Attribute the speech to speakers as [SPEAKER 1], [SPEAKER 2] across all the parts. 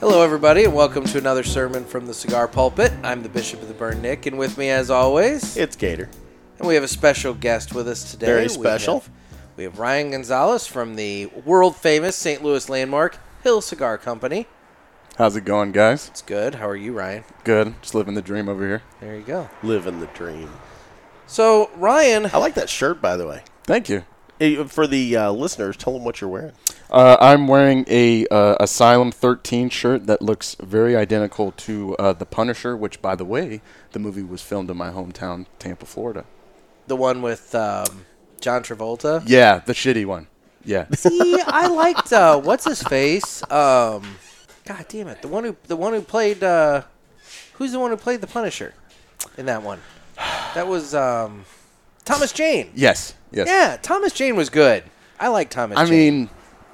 [SPEAKER 1] Hello, everybody, and welcome to another sermon from the Cigar Pulpit. I'm the Bishop of the Burn, Nick, and with me, as always,
[SPEAKER 2] It's Gator.
[SPEAKER 1] and we have a special guest with us today.
[SPEAKER 2] Very
[SPEAKER 1] We
[SPEAKER 2] special.
[SPEAKER 1] have- We have, Ryan Gonzalez from the world famous St. Louis landmark Hill Cigar Company.
[SPEAKER 3] How's it going, guys?
[SPEAKER 1] It's good. How are you, Ryan?
[SPEAKER 3] Good. Just living the dream over here.
[SPEAKER 1] There you go.
[SPEAKER 2] Living the dream.
[SPEAKER 1] So, Ryan,
[SPEAKER 2] I like that shirt, by the way.
[SPEAKER 3] Thank you.
[SPEAKER 2] Eh, For the uh, listeners, tell them what you're wearing.
[SPEAKER 3] Uh, I'm wearing a uh, Asylum 13 shirt that looks very identical to uh, The Punisher, which, by the way, the movie was filmed in my hometown, Tampa, Florida.
[SPEAKER 1] the one with um, John Travolta.
[SPEAKER 3] Yeah, the shitty one. Yeah.
[SPEAKER 1] See, I liked uh, what's his face. Um, God damn it, the one who the one who played uh, who's the one who played the Punisher in that one? That was um, Thomas Jane.
[SPEAKER 3] yes. Yes.
[SPEAKER 1] Yeah, Thomas Jane was good. I like Thomas.
[SPEAKER 3] I
[SPEAKER 1] Jane.
[SPEAKER 3] mean,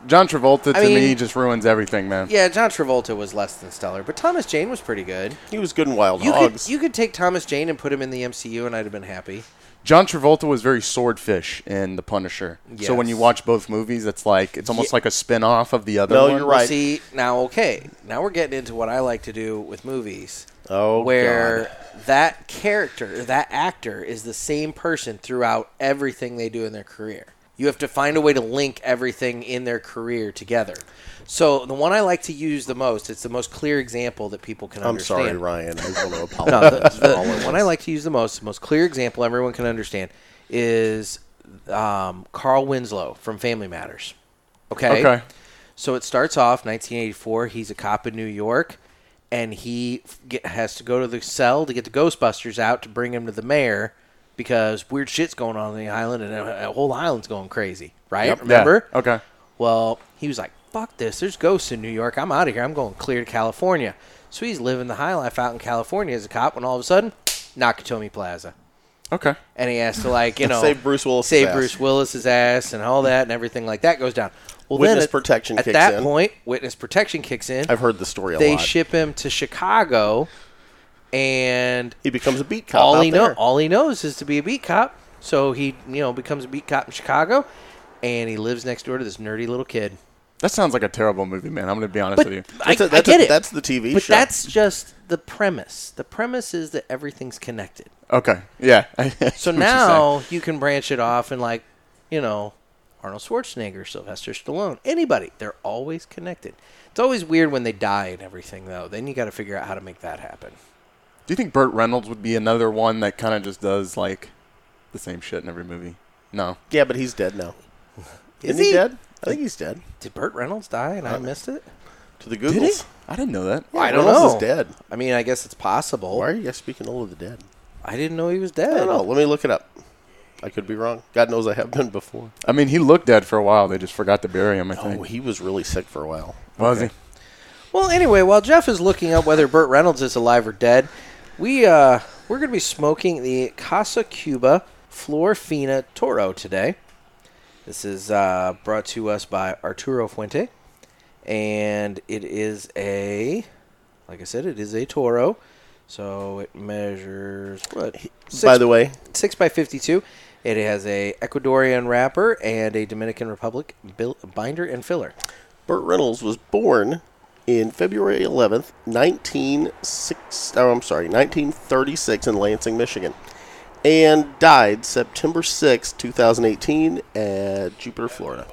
[SPEAKER 3] John Travolta to
[SPEAKER 1] I mean-
[SPEAKER 3] me just ruins everything, man.
[SPEAKER 1] yeah, John Travolta was less than stellar, but Thomas Jane was pretty good.
[SPEAKER 2] He was good in Wild
[SPEAKER 1] You
[SPEAKER 2] Hogs.
[SPEAKER 1] could you could take Thomas Jane and put him in the MCU, and I'd have been happy.
[SPEAKER 3] John Travolta was very swordfish in The Punisher. So when you
[SPEAKER 1] Yes.
[SPEAKER 3] watch both movies, it's like it's
[SPEAKER 1] Ye-
[SPEAKER 3] almost like a spin off of the other
[SPEAKER 2] No,
[SPEAKER 3] one.
[SPEAKER 2] you're right.
[SPEAKER 1] See, now okay, now we're getting into what I like to do with movies.
[SPEAKER 2] oh,
[SPEAKER 1] where
[SPEAKER 2] God.
[SPEAKER 1] that character, that actor, is the same person throughout everything they do in their career. You have to find a way to link everything in their career together. So the one I like to use the most, it's the most clear example that people can
[SPEAKER 2] I'm
[SPEAKER 1] understand.
[SPEAKER 2] sorry, Ryan. I want to
[SPEAKER 1] No,
[SPEAKER 2] apologize.
[SPEAKER 1] the,
[SPEAKER 2] for all
[SPEAKER 1] the
[SPEAKER 2] of
[SPEAKER 1] one I like to use the most, the most clear example everyone can understand is um, Carl Winslow from Family Matters. Okay.
[SPEAKER 3] Okay.
[SPEAKER 1] So it starts off 1984. He's a cop in New York, and he f- get, has to go to the cell to get the Ghostbusters out to bring him to the mayor because weird shit's going on in the island, and a, a whole island's going crazy. Right?
[SPEAKER 3] Yep. Yeah.
[SPEAKER 1] Remember?
[SPEAKER 3] Okay.
[SPEAKER 1] Well, he was like, fuck this. There's ghosts in New York. I'm out of here. I'm going clear to California. So he's living the high life out in California as a cop when all of a sudden, Nakatomi Plaza.
[SPEAKER 3] Okay.
[SPEAKER 1] And he has to, like, you know,
[SPEAKER 2] Save Bruce Willis's
[SPEAKER 1] save
[SPEAKER 2] ass.
[SPEAKER 1] Bruce Willis's ass and all that and everything like that goes down. Well, then
[SPEAKER 2] Witness
[SPEAKER 1] at-
[SPEAKER 2] protection
[SPEAKER 1] at
[SPEAKER 2] kicks
[SPEAKER 1] that
[SPEAKER 2] in.
[SPEAKER 1] point, witness protection kicks in.
[SPEAKER 2] I've heard the story a
[SPEAKER 1] they
[SPEAKER 2] lot.
[SPEAKER 1] ship him to Chicago, and
[SPEAKER 2] he becomes a beat cop.
[SPEAKER 1] all
[SPEAKER 2] out
[SPEAKER 1] he know
[SPEAKER 2] there.
[SPEAKER 1] all he knows is to be a beat cop. So he, you know, becomes a beat cop in Chicago, and he lives next door to this nerdy little kid.
[SPEAKER 3] That sounds like a terrible movie, man. I'm going to be honest
[SPEAKER 1] But
[SPEAKER 3] with you.
[SPEAKER 1] I,
[SPEAKER 2] That's a-
[SPEAKER 1] I
[SPEAKER 2] that's a-
[SPEAKER 1] get it.
[SPEAKER 2] that's the TV
[SPEAKER 1] But
[SPEAKER 2] show.
[SPEAKER 1] that's just the premise. The premise is that everything's connected.
[SPEAKER 3] Okay. Yeah. I see what
[SPEAKER 1] So
[SPEAKER 3] you're saying.
[SPEAKER 1] now you can branch it off and like, you know, Arnold Schwarzenegger, Sylvester Stallone, anybody. They're always connected. It's always weird when they die and everything though. Then you got to figure out how to make that happen.
[SPEAKER 3] do you think Burt Reynolds would be another one that kind of just does like the same shit in every movie? No.
[SPEAKER 2] yeah, but he's dead now. Isn't
[SPEAKER 1] he?
[SPEAKER 2] he dead? Uh, I think he's dead.
[SPEAKER 1] Did Burt Reynolds die and I missed it?
[SPEAKER 2] To the Googles.
[SPEAKER 3] I didn't know that.
[SPEAKER 2] I
[SPEAKER 1] I don't
[SPEAKER 2] Reynolds
[SPEAKER 1] know.
[SPEAKER 2] is dead.
[SPEAKER 1] I mean, I guess it's possible.
[SPEAKER 2] Why are you guys speaking all of the dead?
[SPEAKER 1] I didn't know he was
[SPEAKER 2] I
[SPEAKER 1] dead.
[SPEAKER 2] don't know. Let me look it up. I could be wrong. God knows I have been before.
[SPEAKER 3] I mean, he looked dead for a while. They just forgot to bury him. I think.
[SPEAKER 2] Oh, he was really sick for a while.
[SPEAKER 3] was
[SPEAKER 1] Well, anyway, while Jeff is looking up whether Burt Reynolds is alive or dead, we uh, we're going to be smoking the Casa Cuba Florfina Toro today. This is uh, brought to us by Arturo Fuente, and it is a, like I said, it is a Toro, so it measures what?
[SPEAKER 2] By the way,
[SPEAKER 1] six by fifty-two. It has a Ecuadorian wrapper and a Dominican Republic bil- binder and filler.
[SPEAKER 2] Burt Reynolds was born in February 11th, 1906, oh, I'm sorry, 1936 in Lansing, Michigan, and died September 6, 2018 at Jupiter, Florida.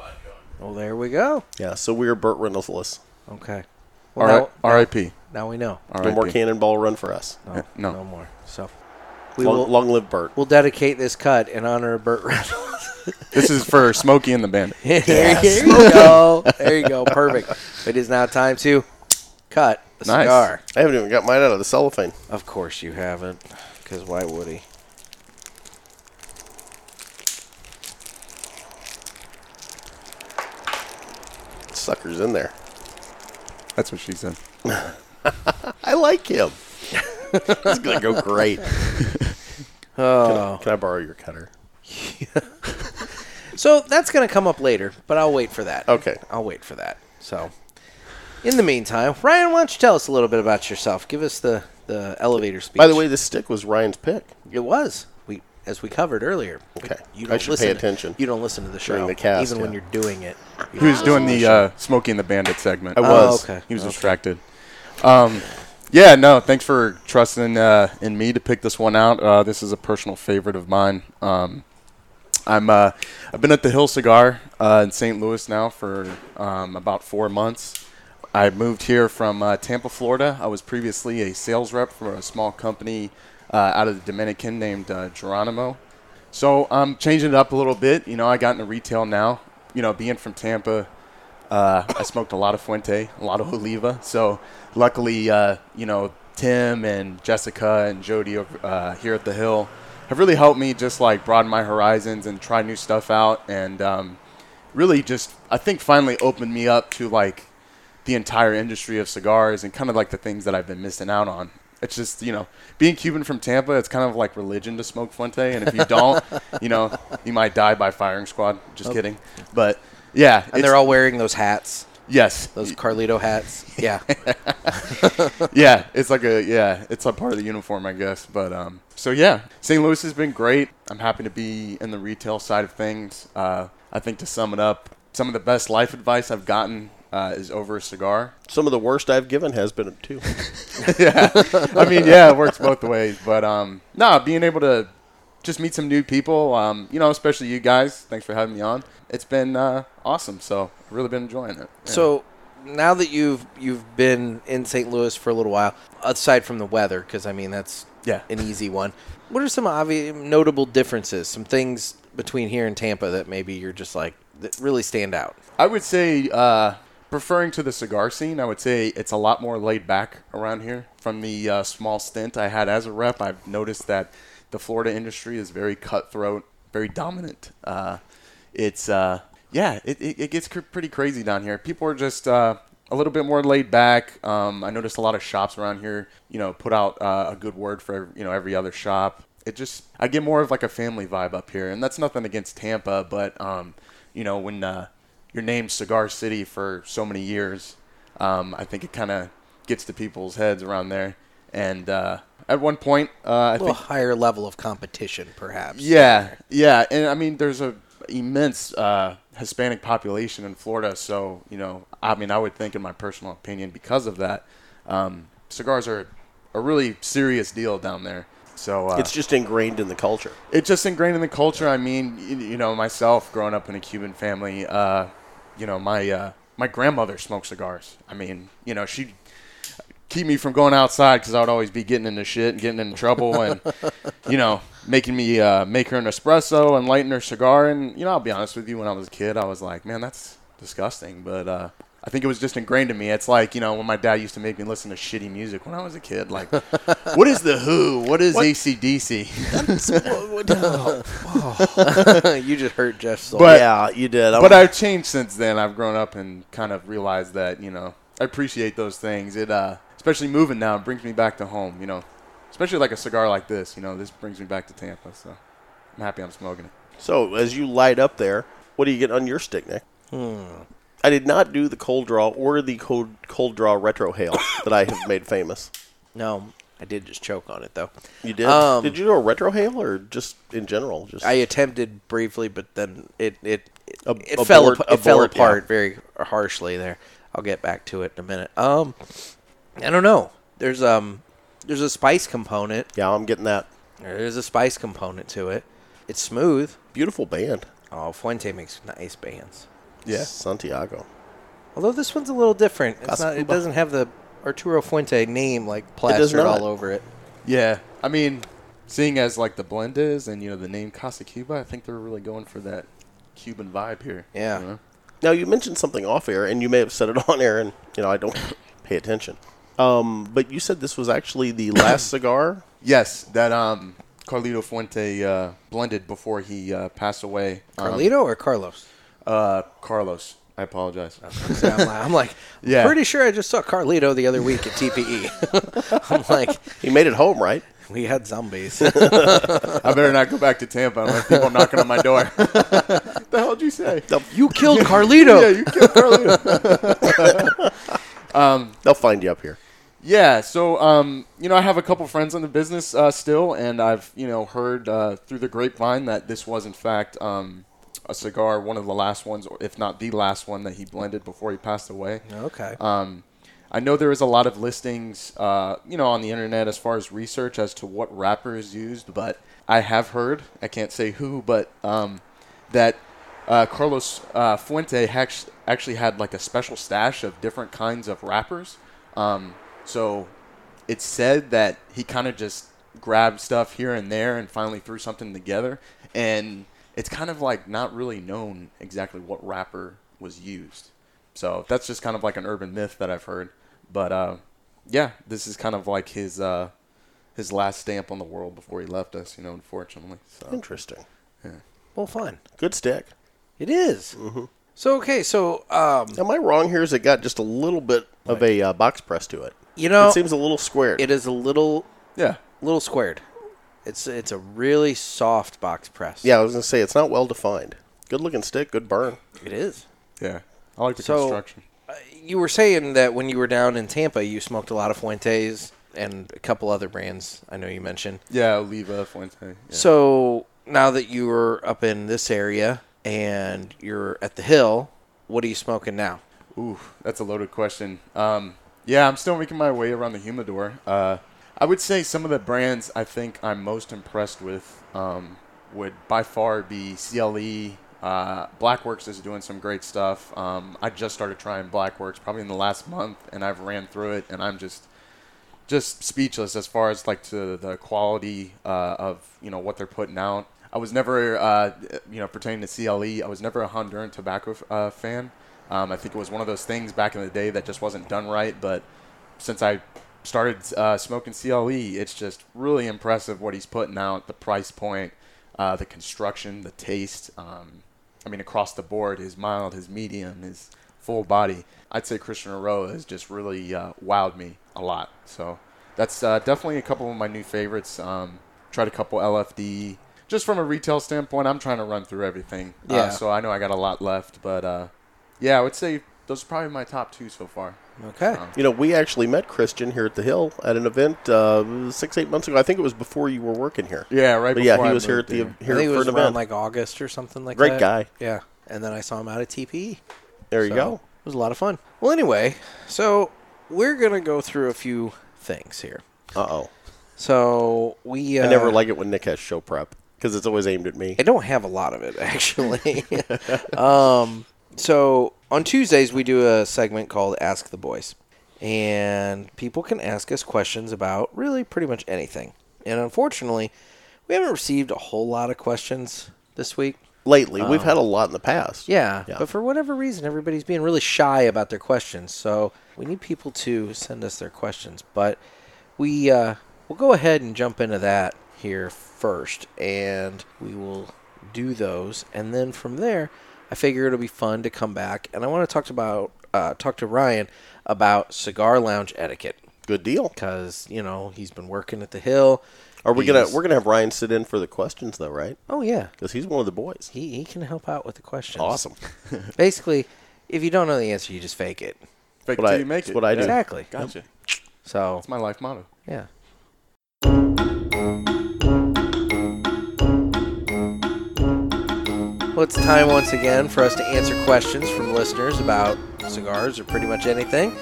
[SPEAKER 1] Well, there we go.
[SPEAKER 2] Yeah, so we are Burt Reynoldsless.
[SPEAKER 1] Okay. Well,
[SPEAKER 3] R-
[SPEAKER 1] now-
[SPEAKER 3] R.I.P.
[SPEAKER 1] Now we know.
[SPEAKER 3] R.I.P.
[SPEAKER 2] No more cannonball run for us.
[SPEAKER 1] No,
[SPEAKER 3] no.
[SPEAKER 1] no more. So we
[SPEAKER 2] Long,
[SPEAKER 1] will
[SPEAKER 2] long live Burt.
[SPEAKER 1] we'll dedicate this cut in honor of Burt Reynolds.
[SPEAKER 3] This is for Smokey and the Bandit.
[SPEAKER 1] there you go. There you go. Perfect. It is now time to cut the
[SPEAKER 3] Nice.
[SPEAKER 1] cigar.
[SPEAKER 2] I haven't even got mine out of the cellophane.
[SPEAKER 1] Of course you haven't, because why would he?
[SPEAKER 2] Sucker's in there.
[SPEAKER 3] That's what she said.
[SPEAKER 2] I like him. It's going to go great.
[SPEAKER 1] Oh.
[SPEAKER 2] Can I borrow your cutter?
[SPEAKER 1] So that's gonna come up later, but I'll wait for that.
[SPEAKER 2] Okay.
[SPEAKER 1] I'll wait for that. So. In the meantime, Ryan, why don't you tell us a little bit about yourself? Give us the, the elevator speech.
[SPEAKER 2] By the way, this stick was Ryan's pick
[SPEAKER 1] It was. We as we covered earlier.
[SPEAKER 2] Okay.
[SPEAKER 1] You
[SPEAKER 2] I
[SPEAKER 1] don't
[SPEAKER 2] should pay
[SPEAKER 1] listen,
[SPEAKER 2] attention
[SPEAKER 1] You don't listen to the show
[SPEAKER 2] during the cast,
[SPEAKER 1] even when
[SPEAKER 2] yeah.
[SPEAKER 1] you're doing it. you
[SPEAKER 3] He was
[SPEAKER 1] don't
[SPEAKER 3] doing
[SPEAKER 1] listen to
[SPEAKER 3] the uh, Smokey and the Bandit segment.
[SPEAKER 2] I was.
[SPEAKER 1] Oh, okay.
[SPEAKER 3] He was
[SPEAKER 1] Okay.
[SPEAKER 3] distracted. Um, yeah, no, thanks for trusting uh, in me to pick this one out. Uh, this is a personal favorite of mine. Um, I'm uh, I've been at the Hill Cigar uh, in St. Louis now for um, about four months. I moved here from uh, Tampa, Florida. I was previously a sales rep for a small company uh, out of the Dominican named uh, Geronimo. So I'm changing it up a little bit. You know, I got into retail now. You know, being from Tampa, uh, I smoked a lot of Fuente, a lot of Oliva. So luckily, uh, you know, Tim and Jessica and Jody over, uh, here at the Hill have really helped me just like broaden my horizons and try new stuff out, and um, really just I think finally opened me up to like the entire industry of cigars and kind of like the things that I've been missing out on. It's just you know being Cuban from Tampa, it's kind of like religion to smoke Fuente, and if you don't, you know, you might die by firing squad. Just kidding, but. Yeah,
[SPEAKER 1] Oh. And they're all wearing those hats,
[SPEAKER 3] Yes.
[SPEAKER 1] those Carlito hats. Yeah.
[SPEAKER 3] yeah, it's like a yeah, it's a part of the uniform, I guess. But um, so yeah, St. Louis has been great. I'm happy to be in the retail side of things. Uh, I think to sum it up, some of the best life advice I've gotten uh, is over a cigar.
[SPEAKER 2] Some of the worst I've given has been too.
[SPEAKER 3] yeah, I mean, yeah, it works both ways. But um, nah, being able to just meet some new people, um, you know, especially you guys. Thanks for having me on. It's been uh, awesome. So I've really been enjoying it. Yeah.
[SPEAKER 1] So now that you've you've been in St. Louis for a little while, aside from the weather, because I mean that's
[SPEAKER 3] Yeah.
[SPEAKER 1] an easy one. What are some obvious notable differences? Some things between here and Tampa that maybe you're just like that really stand out.
[SPEAKER 3] I would say, uh, preferring to the cigar scene, I would say it's a lot more laid back around here. From the uh, small stint I had as a rep, I've noticed that the Florida industry is very cutthroat, very dominant. Uh, it's uh, yeah, it, it, it gets cr- pretty crazy down here. People are just uh, a little bit more laid back. Um, I noticed a lot of shops around here, you know, put out uh, a good word for you know every other shop. It just I get more of like a family vibe up here, and that's nothing against Tampa, but um, you know when uh, your name's Cigar City for so many years, um, I think it kind of gets to people's heads around there. And uh, at one point, uh, I
[SPEAKER 1] A
[SPEAKER 3] think
[SPEAKER 1] little higher level of competition, perhaps.
[SPEAKER 3] yeah, yeah, and I mean, there's a immense uh, Hispanic population in Florida, so you know, I mean, I would think, in my personal opinion, because of that, um, cigars are a really serious deal down there. So uh,
[SPEAKER 2] It's just ingrained in the culture.
[SPEAKER 3] it's just ingrained in the culture. I mean, you, you know, myself growing up in a Cuban family, uh, you know, my uh, my grandmother smoked cigars. I mean, you know, she keep me from going outside because I would always be getting into shit and getting in trouble, and you know, making me uh, make her an espresso and lighting her cigar. And you know, I'll be honest with you, when I was a kid, I was like, man, that's disgusting. But uh, I think it was just ingrained in me. It's like you know, when my dad used to make me listen to shitty music when I was a kid, like, what is the Who? What is ACDC?
[SPEAKER 1] you just hurt Jeff's soul.
[SPEAKER 3] But-
[SPEAKER 2] yeah, you did. I
[SPEAKER 3] but
[SPEAKER 2] was-
[SPEAKER 3] I've changed since then. I've grown up and kind of realized that you know I appreciate those things. It uh, especially moving now it brings me back to home. You know, especially like a cigar like this. You know, this brings me back to Tampa. So I'm happy I'm smoking it.
[SPEAKER 2] so as you light up there, what do you get on your stick, Nick? I did not do the cold draw or the cold cold draw retro hail that I have made famous.
[SPEAKER 1] no, I did just choke on it though.
[SPEAKER 2] You did?
[SPEAKER 1] Um,
[SPEAKER 2] did you do a retro hail or just in general? Just
[SPEAKER 1] I attempted briefly, but then it it it,
[SPEAKER 2] Ab-
[SPEAKER 1] it fell
[SPEAKER 2] abort-
[SPEAKER 1] ap- it fell
[SPEAKER 2] abort, yeah.
[SPEAKER 1] apart very harshly. There, I'll get back to it in a minute. Um, I don't know. There's um there's a spice component.
[SPEAKER 2] yeah, I'm getting that
[SPEAKER 1] There's a spice component to it. It's smooth.
[SPEAKER 2] beautiful band.
[SPEAKER 1] Oh, Fuente makes nice bands.
[SPEAKER 3] Yeah.
[SPEAKER 2] Santiago.
[SPEAKER 1] Although this one's a little different. It's not,
[SPEAKER 2] Cascuba.
[SPEAKER 1] it doesn't have the Arturo Fuente name like
[SPEAKER 2] does
[SPEAKER 1] plastered
[SPEAKER 2] not.
[SPEAKER 1] all over it.
[SPEAKER 3] Yeah, I mean, seeing as like the blend is and you know the name Casa Cuba, I think they're really going for that Cuban vibe here.
[SPEAKER 1] Yeah.
[SPEAKER 3] you know?
[SPEAKER 2] Now you mentioned something off air, and you may have said it on air, and you know I don't pay attention. Um, but you said this was actually the last cigar.
[SPEAKER 3] Yes, that um Carlito Fuente uh, blended before he uh, passed away. Um,
[SPEAKER 1] Carlito or Carlos?
[SPEAKER 3] uh, Carlos. I apologize.
[SPEAKER 1] So I'm like, I'm like,
[SPEAKER 3] Yeah.
[SPEAKER 1] pretty sure I just saw Carlito the other week at TPE. I'm like,
[SPEAKER 2] He made it home, right?
[SPEAKER 1] we had zombies.
[SPEAKER 3] I better not go back to Tampa. I'm have people knocking on my door. what the hell did you say?
[SPEAKER 1] you killed Carlito.
[SPEAKER 3] Yeah, you killed Carlito.
[SPEAKER 2] They'll find you up here.
[SPEAKER 3] yeah, so um, you know, I have a couple friends in the business uh, still, and I've you know heard uh, through the grapevine that this was in fact um, a cigar,
[SPEAKER 1] Uh,
[SPEAKER 3] one of the last ones, or if not the last one that he blended before he passed away.
[SPEAKER 1] Okay.
[SPEAKER 3] Um, I know there is a lot of listings, uh, you know, on the internet as far as research as to what rapper is used, but I have heard, I can't say who, but um, that uh, Carlos uh, Fuente hac- actually had like a special stash of different kinds of rappers. Um, so it's said that he kind of just grabbed stuff here and there and finally threw something together. And it's kind of like not really known exactly what rapper was used. So that's just kind of like an urban myth that I've heard. But uh, yeah, this is kind of like his uh, his last stamp on the world before he left us. You know, unfortunately.
[SPEAKER 1] Oh.
[SPEAKER 3] So
[SPEAKER 2] Interesting.
[SPEAKER 1] Well, fun.
[SPEAKER 2] Good stack.
[SPEAKER 1] It Mm-hmm. So okay, so um,
[SPEAKER 2] Am I wrong here? Is it got just a little bit of a uh, box press to it?
[SPEAKER 1] you know,
[SPEAKER 2] it seems a little squared.
[SPEAKER 1] it is a little
[SPEAKER 3] yeah,
[SPEAKER 1] little squared. It's it's a really soft box press.
[SPEAKER 2] yeah, I was gonna say it's not well defined. Good looking stick. Good burn.
[SPEAKER 1] it is.
[SPEAKER 3] yeah. I like the
[SPEAKER 1] So-
[SPEAKER 3] construction.
[SPEAKER 1] You were saying that when you were down in Tampa, you smoked a lot of Fuentes and a couple other brands. I know you mentioned.
[SPEAKER 3] Yeah, Oliva Fuente. Yeah.
[SPEAKER 1] So now that you are up in this area and you're at the hill, what are you smoking now?
[SPEAKER 3] Ooh, that's a loaded question. Um, yeah, I'm still making my way around the humidor. Uh, I would say some of the brands I think I'm most impressed with um, would by far be CLE. Uh, Blackworks is doing some great stuff. Um, I just started trying Blackworks probably in the last month, and I've ran through it, and I'm just just speechless as far as like to the quality uh, of you know what they're putting out. I was never uh, you know pertaining to CLE. I was never a Honduran tobacco uh, fan. Um, I think it was one of those things back in the day that just wasn't done right. But since I started uh, smoking CLE, it's just really impressive what he's putting out. The price point, uh, the construction, the taste. Um, I mean, across the board, his mild, his medium, his full body. I'd say Christian Aroa has just really uh, wowed me a lot. So that's uh, definitely a couple of my new favorites. Um, tried a couple LFD. Just from a retail standpoint, I'm trying to run through everything. Uh,
[SPEAKER 1] Yeah.
[SPEAKER 3] so I know I got a lot left, but uh, yeah, I would say those are probably my top two so far.
[SPEAKER 1] Okay.
[SPEAKER 2] You know, we actually met Christian here at the Hill at an event uh, six, eight months ago. I think it was before you were working here.
[SPEAKER 3] Yeah, right.
[SPEAKER 2] But yeah,
[SPEAKER 3] before
[SPEAKER 2] he
[SPEAKER 3] I
[SPEAKER 2] was here at
[SPEAKER 3] moved
[SPEAKER 2] the
[SPEAKER 3] there.
[SPEAKER 1] I
[SPEAKER 2] here
[SPEAKER 1] think it
[SPEAKER 2] for
[SPEAKER 1] was
[SPEAKER 2] an
[SPEAKER 1] around
[SPEAKER 2] event.
[SPEAKER 1] like August or something like
[SPEAKER 2] Great
[SPEAKER 1] that.
[SPEAKER 2] guy.
[SPEAKER 1] Yeah. And then I saw him out at TPE.
[SPEAKER 2] there you
[SPEAKER 1] So,
[SPEAKER 2] go.
[SPEAKER 1] It was a lot of fun. Well, anyway, so we're going to go through a few things here.
[SPEAKER 2] Uh oh.
[SPEAKER 1] So we. Uh,
[SPEAKER 2] I never like it when Nick has show prep because it's always aimed at me.
[SPEAKER 1] I don't have a lot of it actually. um, so on Tuesdays we do a segment called Ask the Boys, and people can ask us questions about really pretty much anything. And unfortunately, we haven't received a whole lot of questions this week.
[SPEAKER 2] Lately, we've had a lot in the past.
[SPEAKER 1] uh, Yeah,
[SPEAKER 2] Yeah.
[SPEAKER 1] but for whatever reason, everybody's being really shy about their questions. So we need people to send us their questions. But we uh, we'll go ahead and jump into that here first, and we will do those, and then from there, I figure it'll be fun to come back, and I want to talk about uh, talk to Ryan about cigar lounge etiquette
[SPEAKER 2] Good deal.
[SPEAKER 1] because you know he's been working at the Hill.
[SPEAKER 2] Are we gonna
[SPEAKER 1] He's-
[SPEAKER 2] we're gonna have Ryan sit in for the questions though, right?
[SPEAKER 1] Oh yeah,
[SPEAKER 2] Because he's one of the boys.
[SPEAKER 1] he he can help out with the questions.
[SPEAKER 2] Awesome.
[SPEAKER 1] Basically, if you don't know the answer, you just fake it.
[SPEAKER 3] Fake
[SPEAKER 2] what
[SPEAKER 3] till
[SPEAKER 2] I-
[SPEAKER 3] you make
[SPEAKER 2] it's
[SPEAKER 3] it.
[SPEAKER 2] what I do.
[SPEAKER 1] Exactly.
[SPEAKER 3] Gotcha.
[SPEAKER 1] So
[SPEAKER 3] That's my life motto.
[SPEAKER 1] yeah. Well, it's time once again for us to answer questions from listeners about cigars or pretty much anything.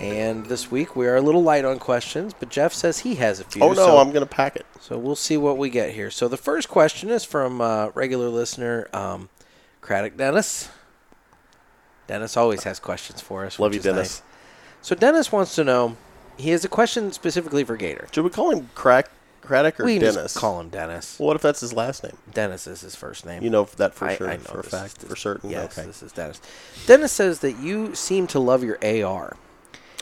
[SPEAKER 1] And this week we are a little light on questions, but Jeff says he has a few.
[SPEAKER 2] oh no,
[SPEAKER 1] so,
[SPEAKER 2] I'm gonna pack it.
[SPEAKER 1] so we'll see what we get here. So the first question is from uh, regular listener um, Craddock Dennis. Dennis always has questions for us.
[SPEAKER 2] Love
[SPEAKER 1] which
[SPEAKER 2] you,
[SPEAKER 1] is
[SPEAKER 2] Dennis.
[SPEAKER 1] nice. So Dennis wants to know. He has a question specifically for Gator.
[SPEAKER 2] Should we call him Crack Craddock or
[SPEAKER 1] we can
[SPEAKER 2] Dennis?
[SPEAKER 1] just call him Dennis.
[SPEAKER 2] What if that's his last name?
[SPEAKER 1] Dennis is his first name.
[SPEAKER 2] You know that for
[SPEAKER 1] I-
[SPEAKER 2] sure,
[SPEAKER 1] I know
[SPEAKER 2] for a
[SPEAKER 1] this
[SPEAKER 2] fact,
[SPEAKER 1] is-
[SPEAKER 2] for certain.
[SPEAKER 1] Yes,
[SPEAKER 2] okay,
[SPEAKER 1] this is Dennis. Dennis says that you seem to love your AR,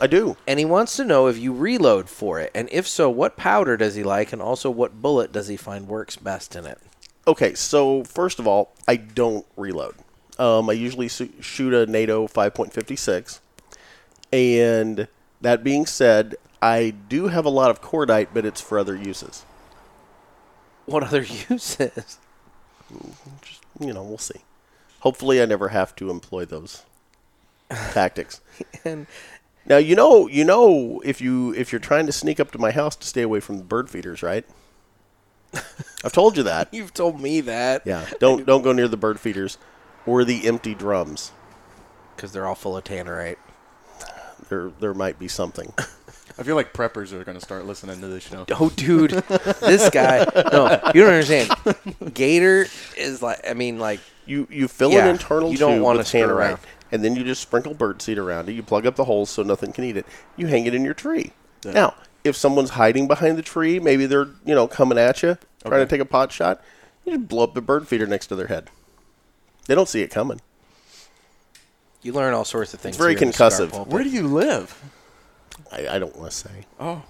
[SPEAKER 2] I do.
[SPEAKER 1] and he wants to know if you reload for it, and if so, what powder does he like, and also what bullet does he find works best in it?
[SPEAKER 2] Okay, so first of all, I don't reload. Um, I usually su- shoot a NATO 5.56. And that being said, I do have a lot of cordite, but it's for other uses.
[SPEAKER 1] What other uses?
[SPEAKER 2] Just, you know, we'll see. Hopefully, I never have to employ those tactics.
[SPEAKER 1] And
[SPEAKER 2] Now, you know, you know, if you if you're trying to sneak up to my house to stay away from the bird feeders, right? I've told you that.
[SPEAKER 1] you've told me that.
[SPEAKER 2] Yeah, don't don't go near the bird feeders or the empty drums.
[SPEAKER 1] because they're all full of tannerite.
[SPEAKER 2] there there might be something.
[SPEAKER 3] I feel like preppers are going to start listening to this show.
[SPEAKER 1] Oh, dude, this guy. No, you don't understand. Gator is like, I mean, like,
[SPEAKER 2] You you fill
[SPEAKER 1] Yeah,
[SPEAKER 2] an internal
[SPEAKER 1] you don't
[SPEAKER 2] tube
[SPEAKER 1] wanna
[SPEAKER 2] with
[SPEAKER 1] screw
[SPEAKER 2] tannerite,
[SPEAKER 1] around.
[SPEAKER 2] and then you just sprinkle birdseed around it. You plug up the holes so nothing can eat it. You hang it in your tree.
[SPEAKER 3] Yeah.
[SPEAKER 2] Now, if someone's hiding behind the tree, maybe they're you know coming at you trying to
[SPEAKER 3] Okay.
[SPEAKER 2] take a pot shot. You just blow up the bird feeder next to their head. They don't see it coming.
[SPEAKER 1] you learn all sorts of things.
[SPEAKER 2] very
[SPEAKER 1] here in the cigar
[SPEAKER 2] concussive.
[SPEAKER 1] pulpit.
[SPEAKER 3] Where do you live?
[SPEAKER 2] I, I don't want to say.
[SPEAKER 3] Oh,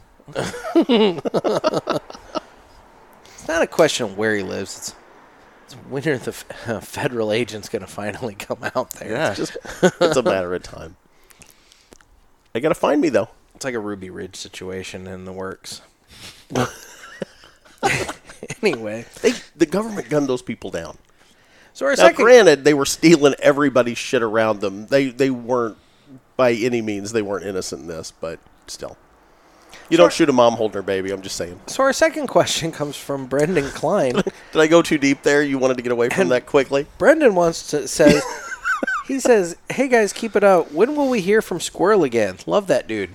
[SPEAKER 1] It's not a question of where he lives. It's, it's when are the f- federal agents going to finally come out there?
[SPEAKER 3] yeah.
[SPEAKER 2] Just it's a matter of time. They gotta find me though.
[SPEAKER 1] It's like a Ruby Ridge situation in the works. anyway,
[SPEAKER 2] They the government gunned those people down.
[SPEAKER 1] so our
[SPEAKER 2] Now,
[SPEAKER 1] second
[SPEAKER 2] granted, they were stealing everybody's shit around them. They they weren't by any means they weren't innocent in this, but still, you don't shoot a mom holding her baby. I'm just saying.
[SPEAKER 1] so our second question comes from Brendan Klein.
[SPEAKER 2] Did I go too deep there? You wanted to get away from that quickly.
[SPEAKER 1] Brendan wants to says he says, "Hey guys, keep it up. When will we hear from Squirrel again? Love that dude.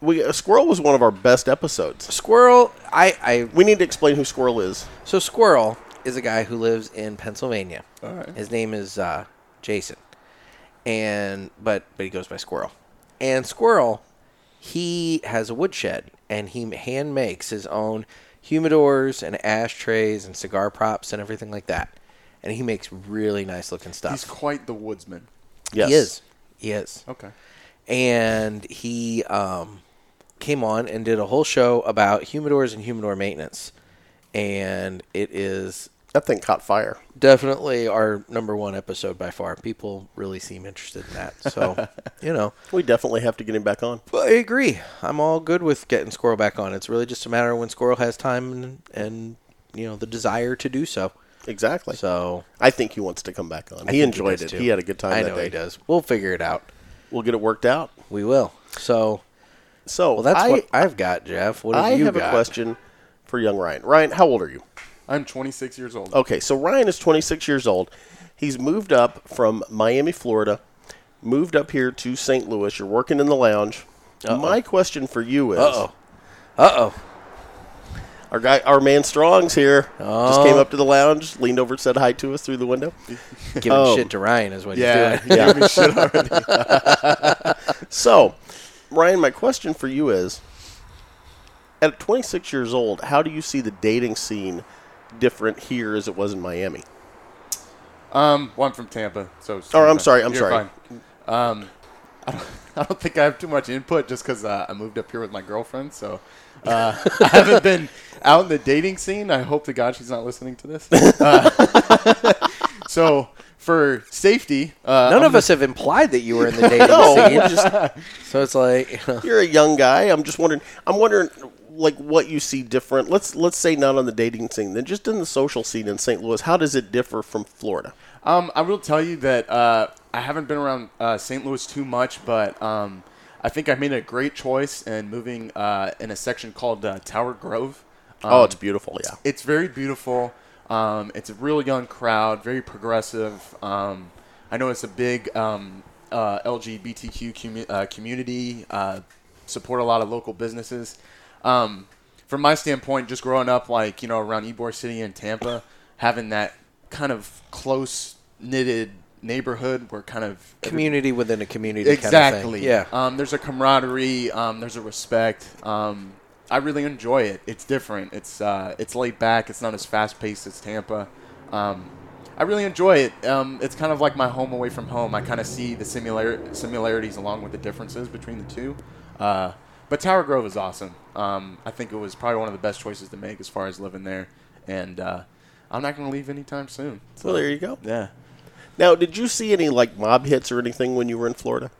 [SPEAKER 2] We uh, squirrel was one of our best episodes.
[SPEAKER 1] Squirrel. I I
[SPEAKER 2] We need to explain who squirrel is.
[SPEAKER 1] so Squirrel is a guy who lives in Pennsylvania.
[SPEAKER 3] All right.
[SPEAKER 1] His name is uh, Jason, and but but he goes by Squirrel. And Squirrel, he has a woodshed, and he hand makes his own humidors and ashtrays and cigar props and everything like that. And he makes really nice looking stuff.
[SPEAKER 3] He's quite the woodsman.
[SPEAKER 2] Yes,
[SPEAKER 1] He is. He is.
[SPEAKER 3] Okay.
[SPEAKER 1] and he um, came on and did a whole show about humidors and humidor maintenance. And it is
[SPEAKER 2] That thing caught fire.
[SPEAKER 1] definitely our number one episode by far. People really seem interested in that. So, you know,
[SPEAKER 2] We definitely have to get him back on.
[SPEAKER 1] but I agree. I'm all good with getting Squirrel back on. It's really just a matter of when Squirrel has time and, and you know, the desire to do so.
[SPEAKER 2] Exactly.
[SPEAKER 1] So,
[SPEAKER 2] I think he wants to come back on.
[SPEAKER 1] I
[SPEAKER 2] he
[SPEAKER 1] think
[SPEAKER 2] enjoyed
[SPEAKER 1] does
[SPEAKER 2] it.
[SPEAKER 1] too.
[SPEAKER 2] He had a good time
[SPEAKER 1] I
[SPEAKER 2] that
[SPEAKER 1] know
[SPEAKER 2] day.
[SPEAKER 1] he does. We'll figure it out.
[SPEAKER 2] We'll get it worked out.
[SPEAKER 1] We will. So,
[SPEAKER 2] So
[SPEAKER 1] well, that's
[SPEAKER 2] I,
[SPEAKER 1] what I've got, Jeff. What have
[SPEAKER 2] I
[SPEAKER 1] you
[SPEAKER 2] have
[SPEAKER 1] got?
[SPEAKER 2] a question for young Ryan. Ryan, how old are you?
[SPEAKER 3] I'm 26 years old.
[SPEAKER 2] Okay, so Ryan is 26 years old. He's moved up from Miami, Florida, moved up here to St. Louis. You're working in the lounge. My question for you is:
[SPEAKER 1] Uh oh. Uh oh.
[SPEAKER 2] Our guy, our man Strong's here. Just
[SPEAKER 1] Uh-huh.
[SPEAKER 2] came up to the lounge, leaned over, said hi to us through the window.
[SPEAKER 1] giving
[SPEAKER 2] Oh.
[SPEAKER 1] shit to Ryan is what
[SPEAKER 3] Yeah.
[SPEAKER 1] he's doing.
[SPEAKER 3] you gave me shit already.
[SPEAKER 2] So, Ryan, my question for you is: At 26 years old, how do you see the dating scene different here as it was in Miami?
[SPEAKER 3] Um, well, I'm from Tampa, so. it's
[SPEAKER 2] Oh, I'm
[SPEAKER 3] Tampa.
[SPEAKER 2] sorry, I'm
[SPEAKER 3] You're
[SPEAKER 2] sorry.
[SPEAKER 3] fine. Um, I don't, I don't think I have too much input just because uh, I moved up here with my girlfriend, so uh, I haven't been out in the dating scene. I hope to God she's not listening to this. Uh, so for safety, uh,
[SPEAKER 1] None
[SPEAKER 3] I'm
[SPEAKER 1] of us have implied that you were in the dating
[SPEAKER 2] No,
[SPEAKER 1] scene.
[SPEAKER 2] we're just
[SPEAKER 1] So it's like, you know,
[SPEAKER 2] You're a young guy. I'm just wondering. I'm wondering, like, what you see different. Let's let's say not on the dating scene, then just in the social scene in St. Louis. How does it differ from Florida?
[SPEAKER 3] Um, I will tell you that uh, I haven't been around uh, St. Louis too much, but um, I think I made a great choice in moving uh, in a section called uh, Tower Grove. Um,
[SPEAKER 2] oh, it's beautiful. Yeah.
[SPEAKER 3] It's very beautiful. Um, it's a real young crowd, very progressive. Um, I know it's a big um, uh, LGBTQ commu- uh, community. Uh, support a lot of local businesses. Um, from my standpoint, just growing up, like you know, around Ybor City and Tampa, having that kind of close knitted neighborhood where kind of every-
[SPEAKER 1] community within a community
[SPEAKER 3] exactly
[SPEAKER 1] kind of thing. Yeah.
[SPEAKER 3] um, there's a camaraderie um, there's a respect um, i really enjoy it it's different it's uh, it's laid back it's not as fast paced as tampa um, i really enjoy it um, it's kind of like my home away from home i kind of see the similar- similarities along with the differences between the two uh, but tower grove is awesome um, i think it was probably one of the best choices to make as far as living there and uh, i'm not going to leave anytime soon
[SPEAKER 2] Well, there you go.
[SPEAKER 3] yeah
[SPEAKER 2] Now, did you see any like mob hits or anything when you were in Florida?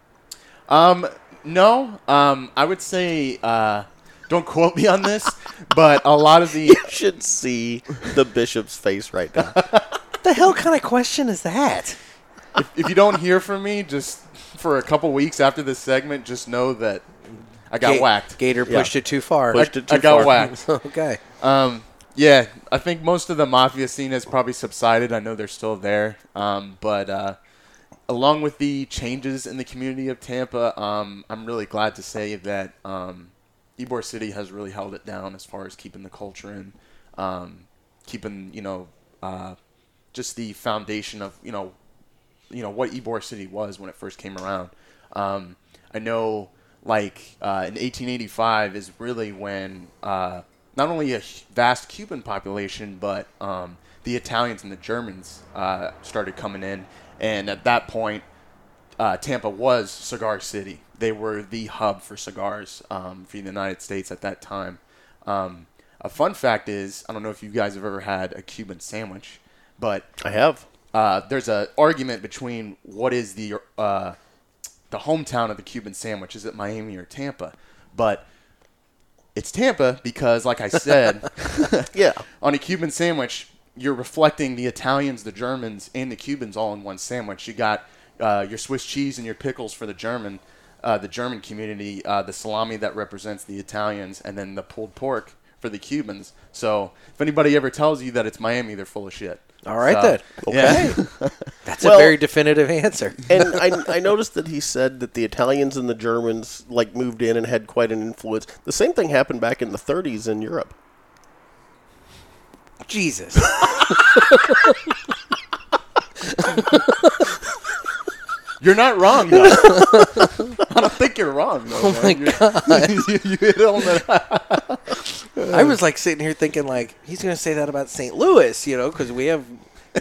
[SPEAKER 3] Um, no. Um, I would say, uh, don't quote me on this, but a lot of the
[SPEAKER 2] You should see the bishop's face right now.
[SPEAKER 1] What the hell kind of question is that?
[SPEAKER 3] if, if you don't hear from me just for a couple weeks after this segment, just know that I got
[SPEAKER 1] Ga-
[SPEAKER 3] whacked.
[SPEAKER 1] Gator
[SPEAKER 2] Yeah.
[SPEAKER 1] pushed it too far.
[SPEAKER 2] Pushed
[SPEAKER 3] I,
[SPEAKER 2] it too
[SPEAKER 3] I got
[SPEAKER 2] far.
[SPEAKER 3] whacked.
[SPEAKER 1] okay.
[SPEAKER 3] Um, yeah, I think most of the mafia scene has probably subsided. I know they're still there, um, but uh, along with the changes in the community of Tampa, um, I'm really glad to say that um, Ybor City has really held it down as far as keeping the culture and um, keeping you know uh, just the foundation of you know you know what Ybor City was when it first came around. Um, I know like uh, in 1885 is really when uh, not only a hu- vast Cuban population but um, the Italians and the Germans uh, started coming in, and at that point uh, Tampa was Cigar City. They were the hub for cigars um, for the United States at that time. Um, a fun fact is, I don't know if you guys have ever had a Cuban sandwich, but
[SPEAKER 2] I have.
[SPEAKER 3] uh, there's an argument between what is the uh, the hometown of the Cuban sandwich. Is it Miami or Tampa? But it's Tampa because, like I said,
[SPEAKER 2] Yeah.
[SPEAKER 3] on a Cuban sandwich, you're reflecting the Italians, the Germans, and the Cubans all in one sandwich. You got uh, your Swiss cheese and your pickles for the German, uh, the German community, uh, the salami that represents the Italians, and then the pulled pork for the Cubans. So if anybody ever tells you that it's Miami, they're full of shit.
[SPEAKER 1] All right,
[SPEAKER 3] So,
[SPEAKER 1] then.
[SPEAKER 3] yeah.
[SPEAKER 1] That's
[SPEAKER 2] Well-
[SPEAKER 1] a very definitive answer.
[SPEAKER 2] And I, I noticed that he said that the Italians and the Germans like moved in and had quite an influence. The same thing happened back in the 30s in Europe.
[SPEAKER 1] Jesus.
[SPEAKER 3] You're not wrong, though. I don't think you're wrong, though. Oh, my God. you, you hit on the.
[SPEAKER 1] I was like sitting here thinking, like, he's going to say that about St. Louis, you know, because we have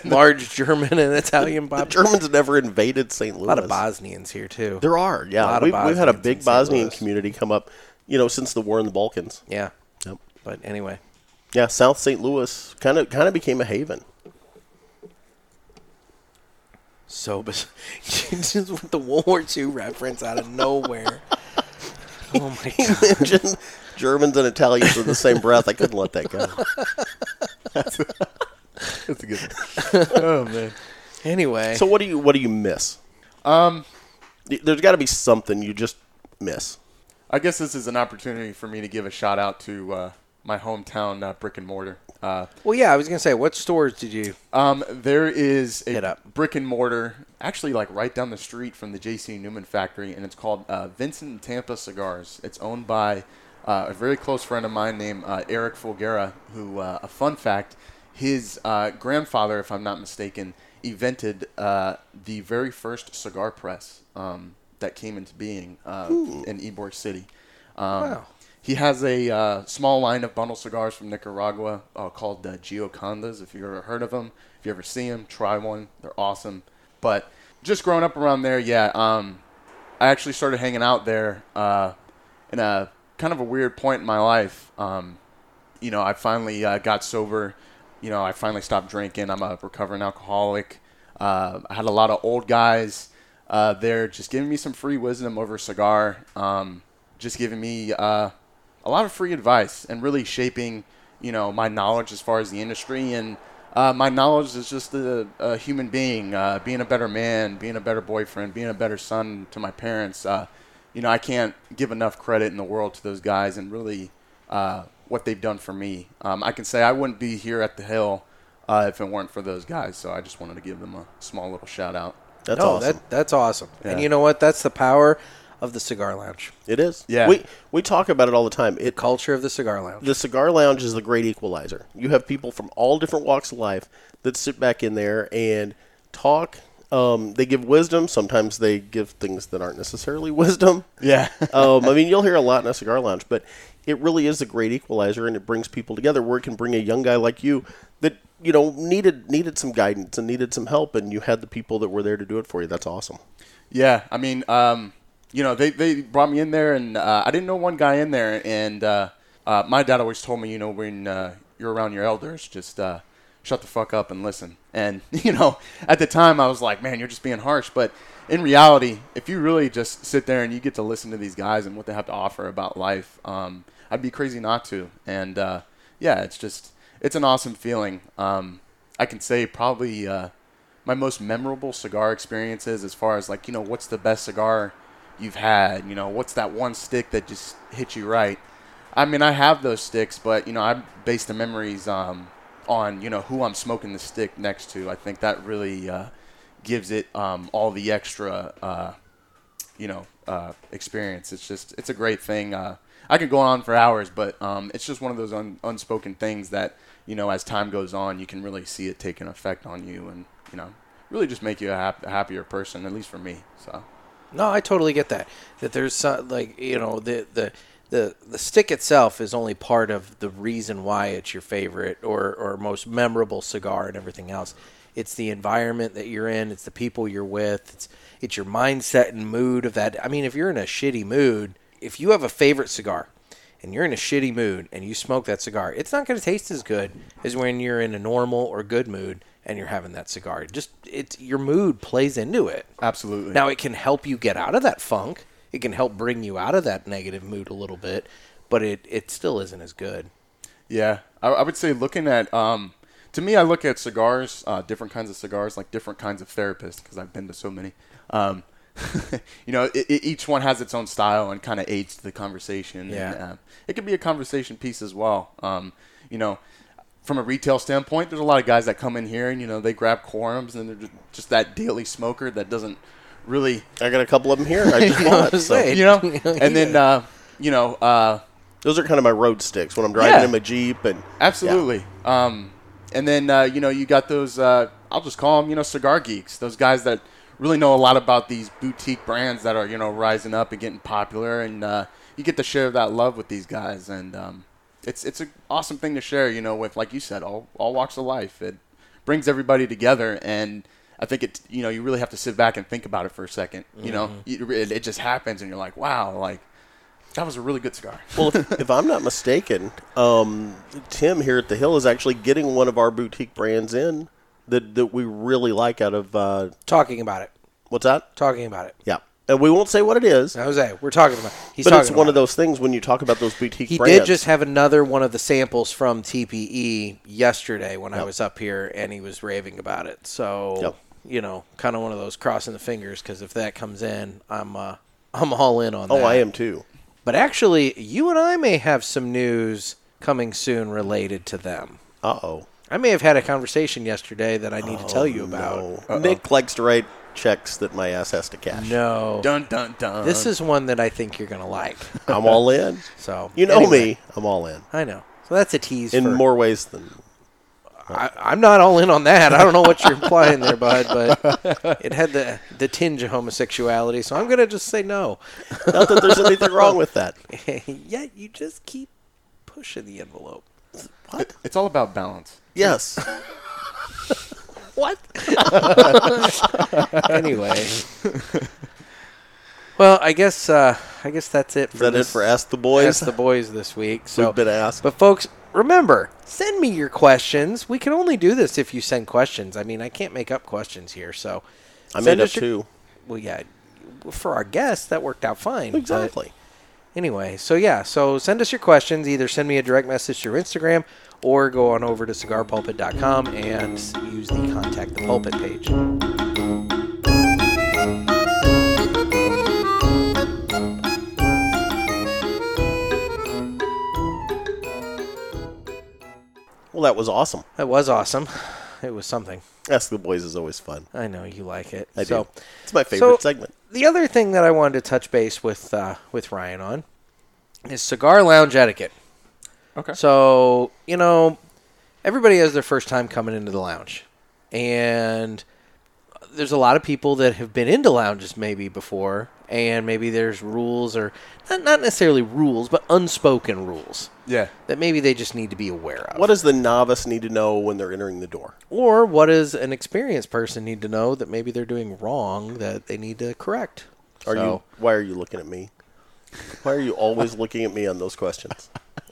[SPEAKER 1] large German and Italian
[SPEAKER 2] The
[SPEAKER 1] pop.
[SPEAKER 2] Germans never invaded St. Louis.
[SPEAKER 1] a lot of Bosnians here, too.
[SPEAKER 2] There are, yeah.
[SPEAKER 1] lot of
[SPEAKER 2] we've, we've had a
[SPEAKER 1] Bosnians in
[SPEAKER 2] big
[SPEAKER 1] St.
[SPEAKER 2] Bosnian
[SPEAKER 1] Louis.
[SPEAKER 2] community come up, you know, since the war in the Balkans.
[SPEAKER 1] yeah.
[SPEAKER 2] Yep.
[SPEAKER 1] But anyway.
[SPEAKER 2] Yeah, South St. Louis kind of kind of became a haven.
[SPEAKER 1] So, but just with the World War II reference out of nowhere. oh, my God.
[SPEAKER 2] Imagine Germans and Italians in the same breath. I couldn't let that go.
[SPEAKER 3] That's a good one. Oh, man.
[SPEAKER 1] Anyway.
[SPEAKER 2] So what do you what do you miss?
[SPEAKER 3] Um,
[SPEAKER 2] Y- There's got to be something you just miss.
[SPEAKER 3] I guess this is an opportunity for me to give a shout out to uh, my hometown uh, brick and mortar. Uh,
[SPEAKER 1] well, yeah, I was going to say, what stores did you.
[SPEAKER 3] um, there is a
[SPEAKER 1] Hit up.
[SPEAKER 3] brick and mortar, actually, like right down the street from the J.C. Newman factory, and it's called uh, Vincent and Tampa Cigars. It's owned by uh, a very close friend of mine named uh, Eric Fulguera, who, uh, a fun fact, his uh, grandfather, if I'm not mistaken, invented uh, the very first cigar press um, that came into being uh, in Ybor City. Um,
[SPEAKER 1] Wow.
[SPEAKER 3] He has a uh, small line of bundle cigars from Nicaragua uh, called uh, Giocondas. If you've ever heard of them, if you ever see them, try one. They're awesome. But just growing up around there, yeah, um, I actually started hanging out there uh, in a kind of a weird point in my life. Um, you know, I finally uh, got sober. You know, I finally stopped drinking. I'm a recovering alcoholic. Uh, I had a lot of old guys uh, there just giving me some free wisdom over a cigar, um, just giving me uh, a lot of free advice and really shaping, you know, my knowledge as far as the industry and uh, my knowledge is just a, a human being, uh, being a better man, being a better boyfriend, being a better son to my parents. Uh, you know, I can't give enough credit in the world to those guys and really uh, what they've done for me. Um, I can say I wouldn't be here at the Hill uh, if it weren't for those guys. So I just wanted to give them a small little shout out.
[SPEAKER 2] That's
[SPEAKER 1] no,
[SPEAKER 2] awesome.
[SPEAKER 1] that, that's awesome. And
[SPEAKER 3] Yeah.
[SPEAKER 1] you know what? That's the power of the Cigar Lounge.
[SPEAKER 2] it is.
[SPEAKER 3] Yeah.
[SPEAKER 2] We we talk about it all the time. It
[SPEAKER 1] Culture of the Cigar Lounge.
[SPEAKER 2] the cigar lounge is the great equalizer. You have people from all different walks of life that sit back in there and talk. Um, they give wisdom. Sometimes they give things that aren't necessarily wisdom.
[SPEAKER 3] Yeah.
[SPEAKER 2] um, I mean, you'll hear a lot in a cigar lounge, but it really is a great equalizer, and it brings people together. Where it can bring a young guy like you that you know needed needed some guidance and needed some help, and you had the people that were there to do it for you. That's awesome.
[SPEAKER 3] Yeah, I mean, um, you know, they, they brought me in there, and uh, I didn't know one guy in there. And uh, uh, my dad always told me, you know, when uh, you're around your elders, just uh, shut the fuck up and listen. And you know, at the time, I was like, man, you're just being harsh. But in reality, if you really just sit there and you get to listen to these guys and what they have to offer about life, um, I'd be crazy not to. And uh, yeah, it's just it's an awesome feeling. Um, I can say probably. Uh, my most memorable cigar experiences as far as like you know what's the best cigar you've had you know what's that one stick that just hit you right i mean i have those sticks but you know i base the memories um, on you know who i'm smoking the stick next to i think that really uh, gives it um, all the extra, uh, you know, uh, experience. It's just it's a great thing. Uh, I could go on for hours, but um, it's just one of those un- unspoken things that you know, as time goes on, you can really see it take an effect on you, and you know, really just make you a, hap- a happier person. At least for me, so.
[SPEAKER 1] No, I totally get that. That there's some, like you know the the the the stick itself is only part of the reason why it's your favorite or or most memorable cigar and everything else. It's the environment that you're in. It's the people you're with. It's it's your mindset and mood of that. I mean, if you're in a shitty mood, if you have a favorite cigar and you're in a shitty mood and you smoke that cigar, it's not going to taste as good as when you're in a normal or good mood and you're having that cigar. It Just it's your mood plays into it.
[SPEAKER 3] Absolutely.
[SPEAKER 1] Now it can help you get out of that funk. It can help bring you out of that negative mood a little bit, but it it still isn't as good.
[SPEAKER 3] Yeah, I, I would say looking at um, to me, I look at cigars, uh, different kinds of cigars, like different kinds of therapists, because I've been to so many. Um, you know, i i each one has its own style and kind of aids to the conversation.
[SPEAKER 1] Yeah.
[SPEAKER 3] and, um, it could be a conversation piece as well. Um, you know. From a retail standpoint, there's a lot of guys that come in here and you know they grab quorums and they're just, just that daily smoker that doesn't really
[SPEAKER 2] I got a couple of them here. I just
[SPEAKER 1] I
[SPEAKER 2] want.
[SPEAKER 1] was
[SPEAKER 2] so.
[SPEAKER 1] saying.
[SPEAKER 3] you know. And then uh, you know uh,
[SPEAKER 2] Those are kind of my road sticks when I'm driving
[SPEAKER 3] Yeah.
[SPEAKER 2] in my jeep and
[SPEAKER 3] Absolutely. Um, and then uh, you know you got those. Uh, I'll just call them you know cigar geeks. Those guys that really know a lot about these boutique brands that are you know rising up and getting popular, and uh, you get to share that love with these guys, and um, it's it's an awesome thing to share. You know, with like you said, all all walks of life. It brings everybody together and. I think it. You know, you really have to sit back and think about it for a second. You know, You- it, it just happens, and you're like, "Wow, like that was a really good cigar."
[SPEAKER 2] Well, if, if I'm not mistaken, um, Tim here at the Hill is actually getting one of our boutique brands in that, that we really like out of uh,
[SPEAKER 1] Talking about it,
[SPEAKER 2] what's that?
[SPEAKER 1] talking about it.
[SPEAKER 2] Yeah, and we won't say what it is,
[SPEAKER 1] Now, Jose, we're talking about. He's
[SPEAKER 2] but
[SPEAKER 1] talking
[SPEAKER 2] it's one
[SPEAKER 1] about
[SPEAKER 2] of those things when you talk about those
[SPEAKER 1] it.
[SPEAKER 2] boutique.
[SPEAKER 1] He
[SPEAKER 2] brands.
[SPEAKER 1] did just have another one of the samples from TPE yesterday when I was up here, and he was raving about it. So
[SPEAKER 2] Yep.
[SPEAKER 1] you know, kind of one of those crossing the fingers because if that comes in, I'm uh, I'm all in on that.
[SPEAKER 2] Oh, I am too.
[SPEAKER 1] But actually, you and I may have some news coming soon related to them.
[SPEAKER 2] Uh oh.
[SPEAKER 1] I may have had a conversation yesterday that I need to tell you about.
[SPEAKER 2] Nick likes to write checks that my ass has to cash.
[SPEAKER 1] No.
[SPEAKER 3] Dun dun dun.
[SPEAKER 1] This is one that I think you're going to like.
[SPEAKER 2] I'm all in.
[SPEAKER 1] So
[SPEAKER 2] You know
[SPEAKER 1] anyway,
[SPEAKER 2] me. I'm all in
[SPEAKER 1] I know. So that's a tease.
[SPEAKER 2] in
[SPEAKER 1] for,
[SPEAKER 2] more ways than.
[SPEAKER 1] I, I'm not all in on that. I don't know what you're implying there, bud, but it had the the tinge of homosexuality. So I'm going to just say no.
[SPEAKER 2] Not that there's anything wrong with that.
[SPEAKER 1] Yet you just keep pushing the envelope.
[SPEAKER 3] It's all about balance.
[SPEAKER 2] Yes.
[SPEAKER 1] What? anyway. Well, I guess uh, I guess that's it. For
[SPEAKER 2] Is that it
[SPEAKER 1] this-
[SPEAKER 2] for Ask the Boys?
[SPEAKER 1] Ask the boys this week. So,
[SPEAKER 2] We've been asked.
[SPEAKER 1] but folks, remember, send me your questions. We can only do this if you send questions. I mean, I can't make up questions here, so
[SPEAKER 2] I
[SPEAKER 1] send
[SPEAKER 2] made up
[SPEAKER 1] us your-
[SPEAKER 2] two.
[SPEAKER 1] Well, yeah, for our guests that worked out fine. but-
[SPEAKER 2] Exactly.
[SPEAKER 1] anyway, so yeah, so send us your questions. Either send me a direct message through Instagram or go on over to cigarpulpit.com and use the contact the pulpit page.
[SPEAKER 2] Well, that was awesome.
[SPEAKER 1] That was awesome. It was something.
[SPEAKER 2] Ask the Boys is always fun.
[SPEAKER 1] I know you like it.
[SPEAKER 2] I
[SPEAKER 1] so,
[SPEAKER 2] do. It's my favorite
[SPEAKER 1] so-
[SPEAKER 2] segment.
[SPEAKER 1] The other thing that I wanted to touch base with uh, with Ryan on is cigar lounge etiquette.
[SPEAKER 3] Okay.
[SPEAKER 1] So you know, everybody has their first time coming into the lounge, and there's a lot of people that have been into lounges maybe before, and maybe there's rules or not not necessarily rules, but unspoken rules
[SPEAKER 3] Yeah.
[SPEAKER 1] that maybe they just need to be aware of.
[SPEAKER 2] What does the novice need to know when they're entering the door?
[SPEAKER 1] or what does an experienced person need to know that maybe they're doing wrong that they need to correct?
[SPEAKER 2] Are
[SPEAKER 1] So,
[SPEAKER 2] you? Why are you looking at me? Why are you always looking at me on those questions?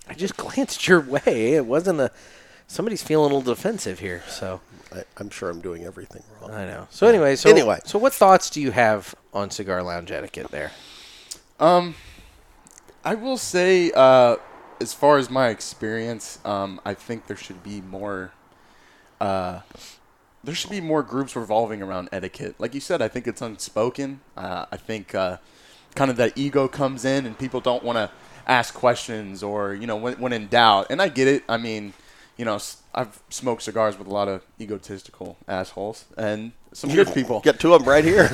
[SPEAKER 1] I just glanced your way. It wasn't a. Somebody's feeling a little defensive here, so
[SPEAKER 2] I, I'm sure I'm doing everything wrong.
[SPEAKER 1] I know. So anyway, so
[SPEAKER 2] Anyway.
[SPEAKER 1] so what thoughts do you have on cigar lounge etiquette there?
[SPEAKER 3] I will say, uh, as far as my experience, um, I think there should be more. Uh, there should be more groups revolving around etiquette. Like you said, I think it's unspoken. Uh, I think uh, kind of that ego comes in, and people don't want to ask questions or you know when, when in doubt. And I get it. I mean, you know, s- I've smoked cigars with a lot of egotistical assholes and some good people.
[SPEAKER 2] Got two of them right here.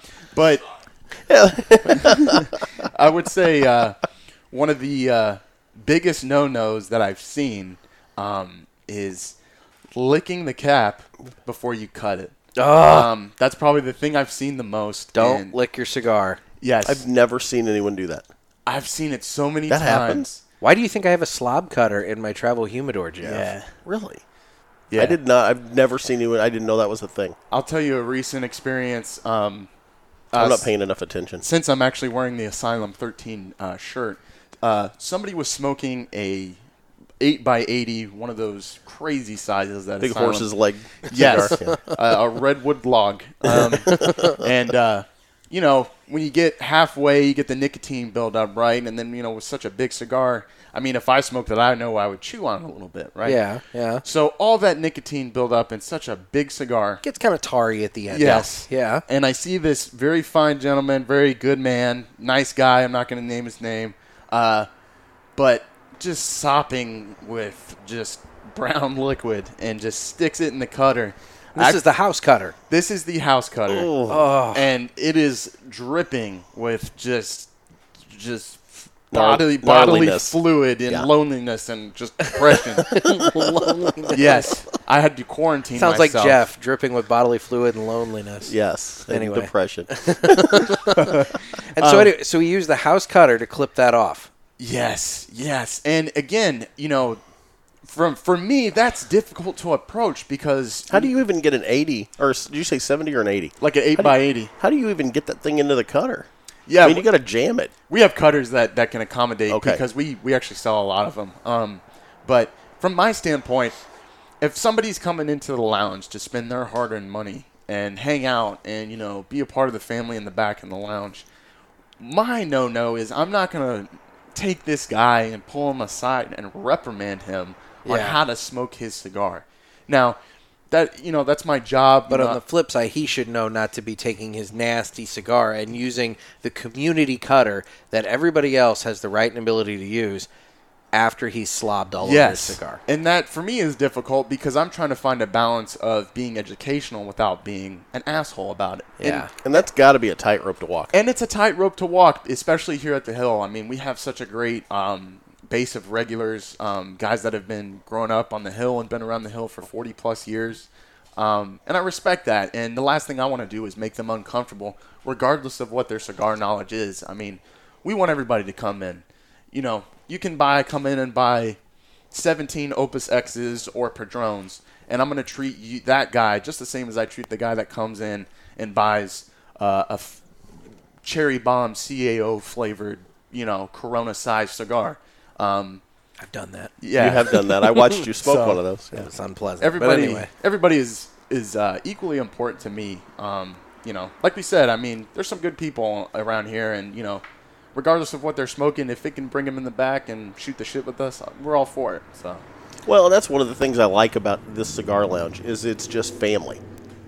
[SPEAKER 3] But I would say uh, one of the uh, biggest no nos that I've seen um, is licking the cap before you cut it. Um, that's probably the thing I've seen the most.
[SPEAKER 1] Don't
[SPEAKER 3] and-
[SPEAKER 1] lick your cigar.
[SPEAKER 3] Yes,
[SPEAKER 2] I've
[SPEAKER 3] I've,
[SPEAKER 2] never seen anyone do that.
[SPEAKER 3] seen it so many
[SPEAKER 2] That
[SPEAKER 3] times.
[SPEAKER 2] happens?
[SPEAKER 1] Why do you think I have a slob cutter in my travel humidor, Jeff?
[SPEAKER 3] Yeah.
[SPEAKER 2] Really?
[SPEAKER 3] Yeah.
[SPEAKER 2] I did not. I've never seen anyone. I didn't know that was a thing.
[SPEAKER 3] I'll tell you a recent experience. Um,
[SPEAKER 2] I'm
[SPEAKER 3] uh,
[SPEAKER 2] not paying enough attention.
[SPEAKER 3] since I'm actually wearing the Asylum 13 uh, shirt, uh, somebody was smoking a 8 by 80 one of those crazy sizes that
[SPEAKER 2] Big
[SPEAKER 3] Asylum-
[SPEAKER 2] horse's leg.
[SPEAKER 3] Yes,
[SPEAKER 2] cigar.
[SPEAKER 3] uh, a redwood log. Um, and uh, you know, when you get halfway, you get the nicotine buildup, right? And then you know, with such a big cigar, I mean, if I smoked it, I know I would chew on it a little bit, right?
[SPEAKER 1] Yeah, yeah.
[SPEAKER 3] So all that nicotine buildup in such a big cigar,
[SPEAKER 1] Gets kind of tarry at the end.
[SPEAKER 3] Yes.
[SPEAKER 1] Yeah.
[SPEAKER 3] And I see this very fine gentleman, very good man, nice guy. I'm not going to name his name, uh, but just sopping with just brown liquid and just sticks it in the cutter.
[SPEAKER 1] This
[SPEAKER 3] I-
[SPEAKER 1] is the house cutter.
[SPEAKER 3] this is the house cutter,
[SPEAKER 1] Oh.
[SPEAKER 3] and it is dripping with just just
[SPEAKER 2] Gnarl-
[SPEAKER 3] bodily bodily
[SPEAKER 2] gnarliness.
[SPEAKER 3] fluid and
[SPEAKER 2] Yeah.
[SPEAKER 3] loneliness and just depression. yes, I had to quarantine.
[SPEAKER 1] Sounds like
[SPEAKER 3] myself.
[SPEAKER 1] Jeff dripping with bodily fluid and loneliness.
[SPEAKER 2] Yes. and
[SPEAKER 1] Anyway.
[SPEAKER 2] Depression.
[SPEAKER 1] And
[SPEAKER 3] Um,
[SPEAKER 1] so anyway, so we use the house cutter to clip that off.
[SPEAKER 3] Yes, yes. And again, you know, from for me that's difficult to approach because
[SPEAKER 2] How do you even get an 80? Or s- did you say 70 or an 80?
[SPEAKER 3] like an 8
[SPEAKER 2] How do
[SPEAKER 3] by
[SPEAKER 2] you-
[SPEAKER 3] 80.
[SPEAKER 2] How do you even get that thing into the cutter?
[SPEAKER 3] Yeah,
[SPEAKER 2] I mean,
[SPEAKER 3] wh-
[SPEAKER 2] you got to jam it.
[SPEAKER 3] We have cutters that that can accommodate
[SPEAKER 2] Okay.
[SPEAKER 3] because we we actually sell a lot of them. Um but from my standpoint, if somebody's coming into the lounge to spend their hard-earned money and hang out and you know, be a part of the family in the back in the lounge, my no no is I'm not gonna take this guy and pull him aside and reprimand him on
[SPEAKER 1] Yeah.
[SPEAKER 3] how to smoke his cigar. Now, that you know that's my job,
[SPEAKER 1] But
[SPEAKER 3] you
[SPEAKER 1] on
[SPEAKER 3] know,
[SPEAKER 1] the flip side, he should know not to be taking his nasty cigar and using the community cutter that everybody else has the right and ability to use after he's slobbed all over his
[SPEAKER 3] yes,
[SPEAKER 1] cigar.
[SPEAKER 3] and that for me is difficult because I'm trying to find a balance of being educational without being an asshole about it. And-
[SPEAKER 1] Yeah.
[SPEAKER 2] And that's got to be a tightrope to walk.
[SPEAKER 3] and it's a tightrope to walk, especially here at the Hill. I mean, we have such a great um, base of regulars, um, guys that have been growing up on the Hill and been around the Hill for 40 plus years. Um, and I respect that. And the last thing I want to do is make them uncomfortable, regardless of what their cigar knowledge is. I mean, we want everybody to come in. You know, you can buy, come in and buy 17 Opus X's or Padrones, and I'm going to treat you, that guy just the same as I treat the guy that comes in and buys uh, a f- cherry bomb CAO flavored, you know, Corona sized cigar. Um,
[SPEAKER 1] I've done that.
[SPEAKER 3] yeah,
[SPEAKER 2] You have done that. I watched you smoke
[SPEAKER 3] So-
[SPEAKER 2] one of those. Yeah.
[SPEAKER 1] It's unpleasant.
[SPEAKER 3] everybody.
[SPEAKER 1] but anyway,
[SPEAKER 3] Everybody is is uh, equally important to me. Um, you know, like we said, I mean, there's some good people around here, and you know, regardless of what they're smoking, if it can bring them in the back and shoot the shit with us, we're all for it. So.
[SPEAKER 2] Well, that's one of the things I like about this cigar lounge is it's just family.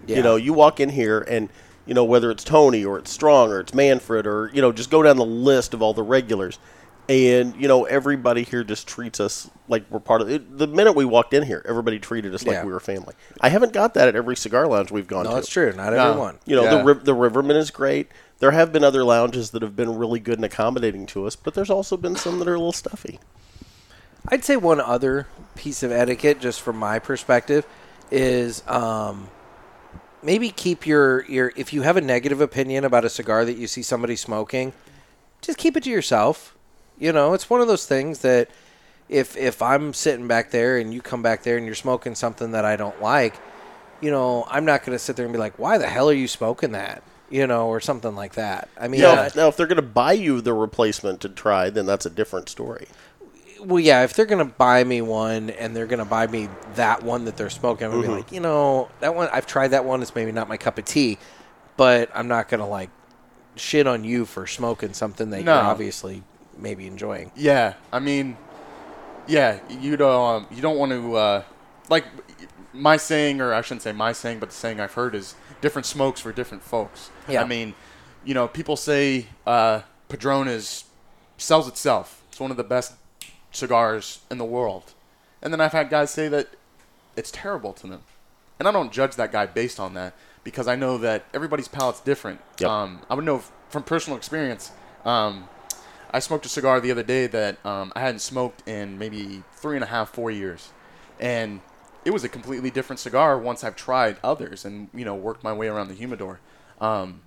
[SPEAKER 1] Yeah.
[SPEAKER 2] You know, you walk in here and you know whether it's Tony or it's Strong or it's Manfred or you know just go down the list of all the regulars, and you know everybody here just treats us like we're part of it. The minute we walked in here, everybody treated us
[SPEAKER 1] Yeah.
[SPEAKER 2] like we were family. I haven't got that at every cigar lounge we've gone
[SPEAKER 1] no,
[SPEAKER 2] to.
[SPEAKER 1] it's true. Not
[SPEAKER 3] No.
[SPEAKER 1] everyone.
[SPEAKER 2] You know,
[SPEAKER 3] Yeah.
[SPEAKER 2] the Riv- the Riverman is great. There have been other lounges that have been really good and accommodating to us, but there's also been some that are a little stuffy.
[SPEAKER 1] I'd say one other piece of etiquette, just from my perspective, is um, maybe keep your, your if you have a negative opinion about a cigar that you see somebody smoking, just keep it to yourself. You know, it's one of those things that if if I'm sitting back there and you come back there and you're smoking something that I don't like, you know, I'm not going to sit there and be like, "Why the hell are you smoking that?" You know, or something like that. I mean, uh,
[SPEAKER 2] Now,
[SPEAKER 1] I-
[SPEAKER 2] if, now, if they're going to buy you the replacement to try, then that's a different story.
[SPEAKER 1] well, yeah, if they're gonna buy me one and they're gonna buy me that one that they're smoking, I'm gonna
[SPEAKER 3] Mm-hmm.
[SPEAKER 1] be like, you know, that one I've tried that one. It's maybe not my cup of tea, but I'm not gonna like shit on you for smoking something that
[SPEAKER 3] No.
[SPEAKER 1] you're obviously maybe enjoying.
[SPEAKER 3] Yeah, I mean, yeah, you don't you don't want to uh, like my saying, or I shouldn't say my saying, but the saying I've heard is different smokes for different folks.
[SPEAKER 1] Yeah.
[SPEAKER 3] I mean, you know, people say uh, Padron is sells itself. It's one of the best cigars in the world. And then I've had guys say that it's terrible to them. And I don't judge that guy based on that because I know that everybody's palate's different.
[SPEAKER 2] Yep.
[SPEAKER 3] Um, I would know f- from personal experience. Um, I smoked a cigar the other day that um, I hadn't smoked in maybe three and a half, four years, and it was a completely different cigar once I've tried others and you know worked my way around the humidor. Um,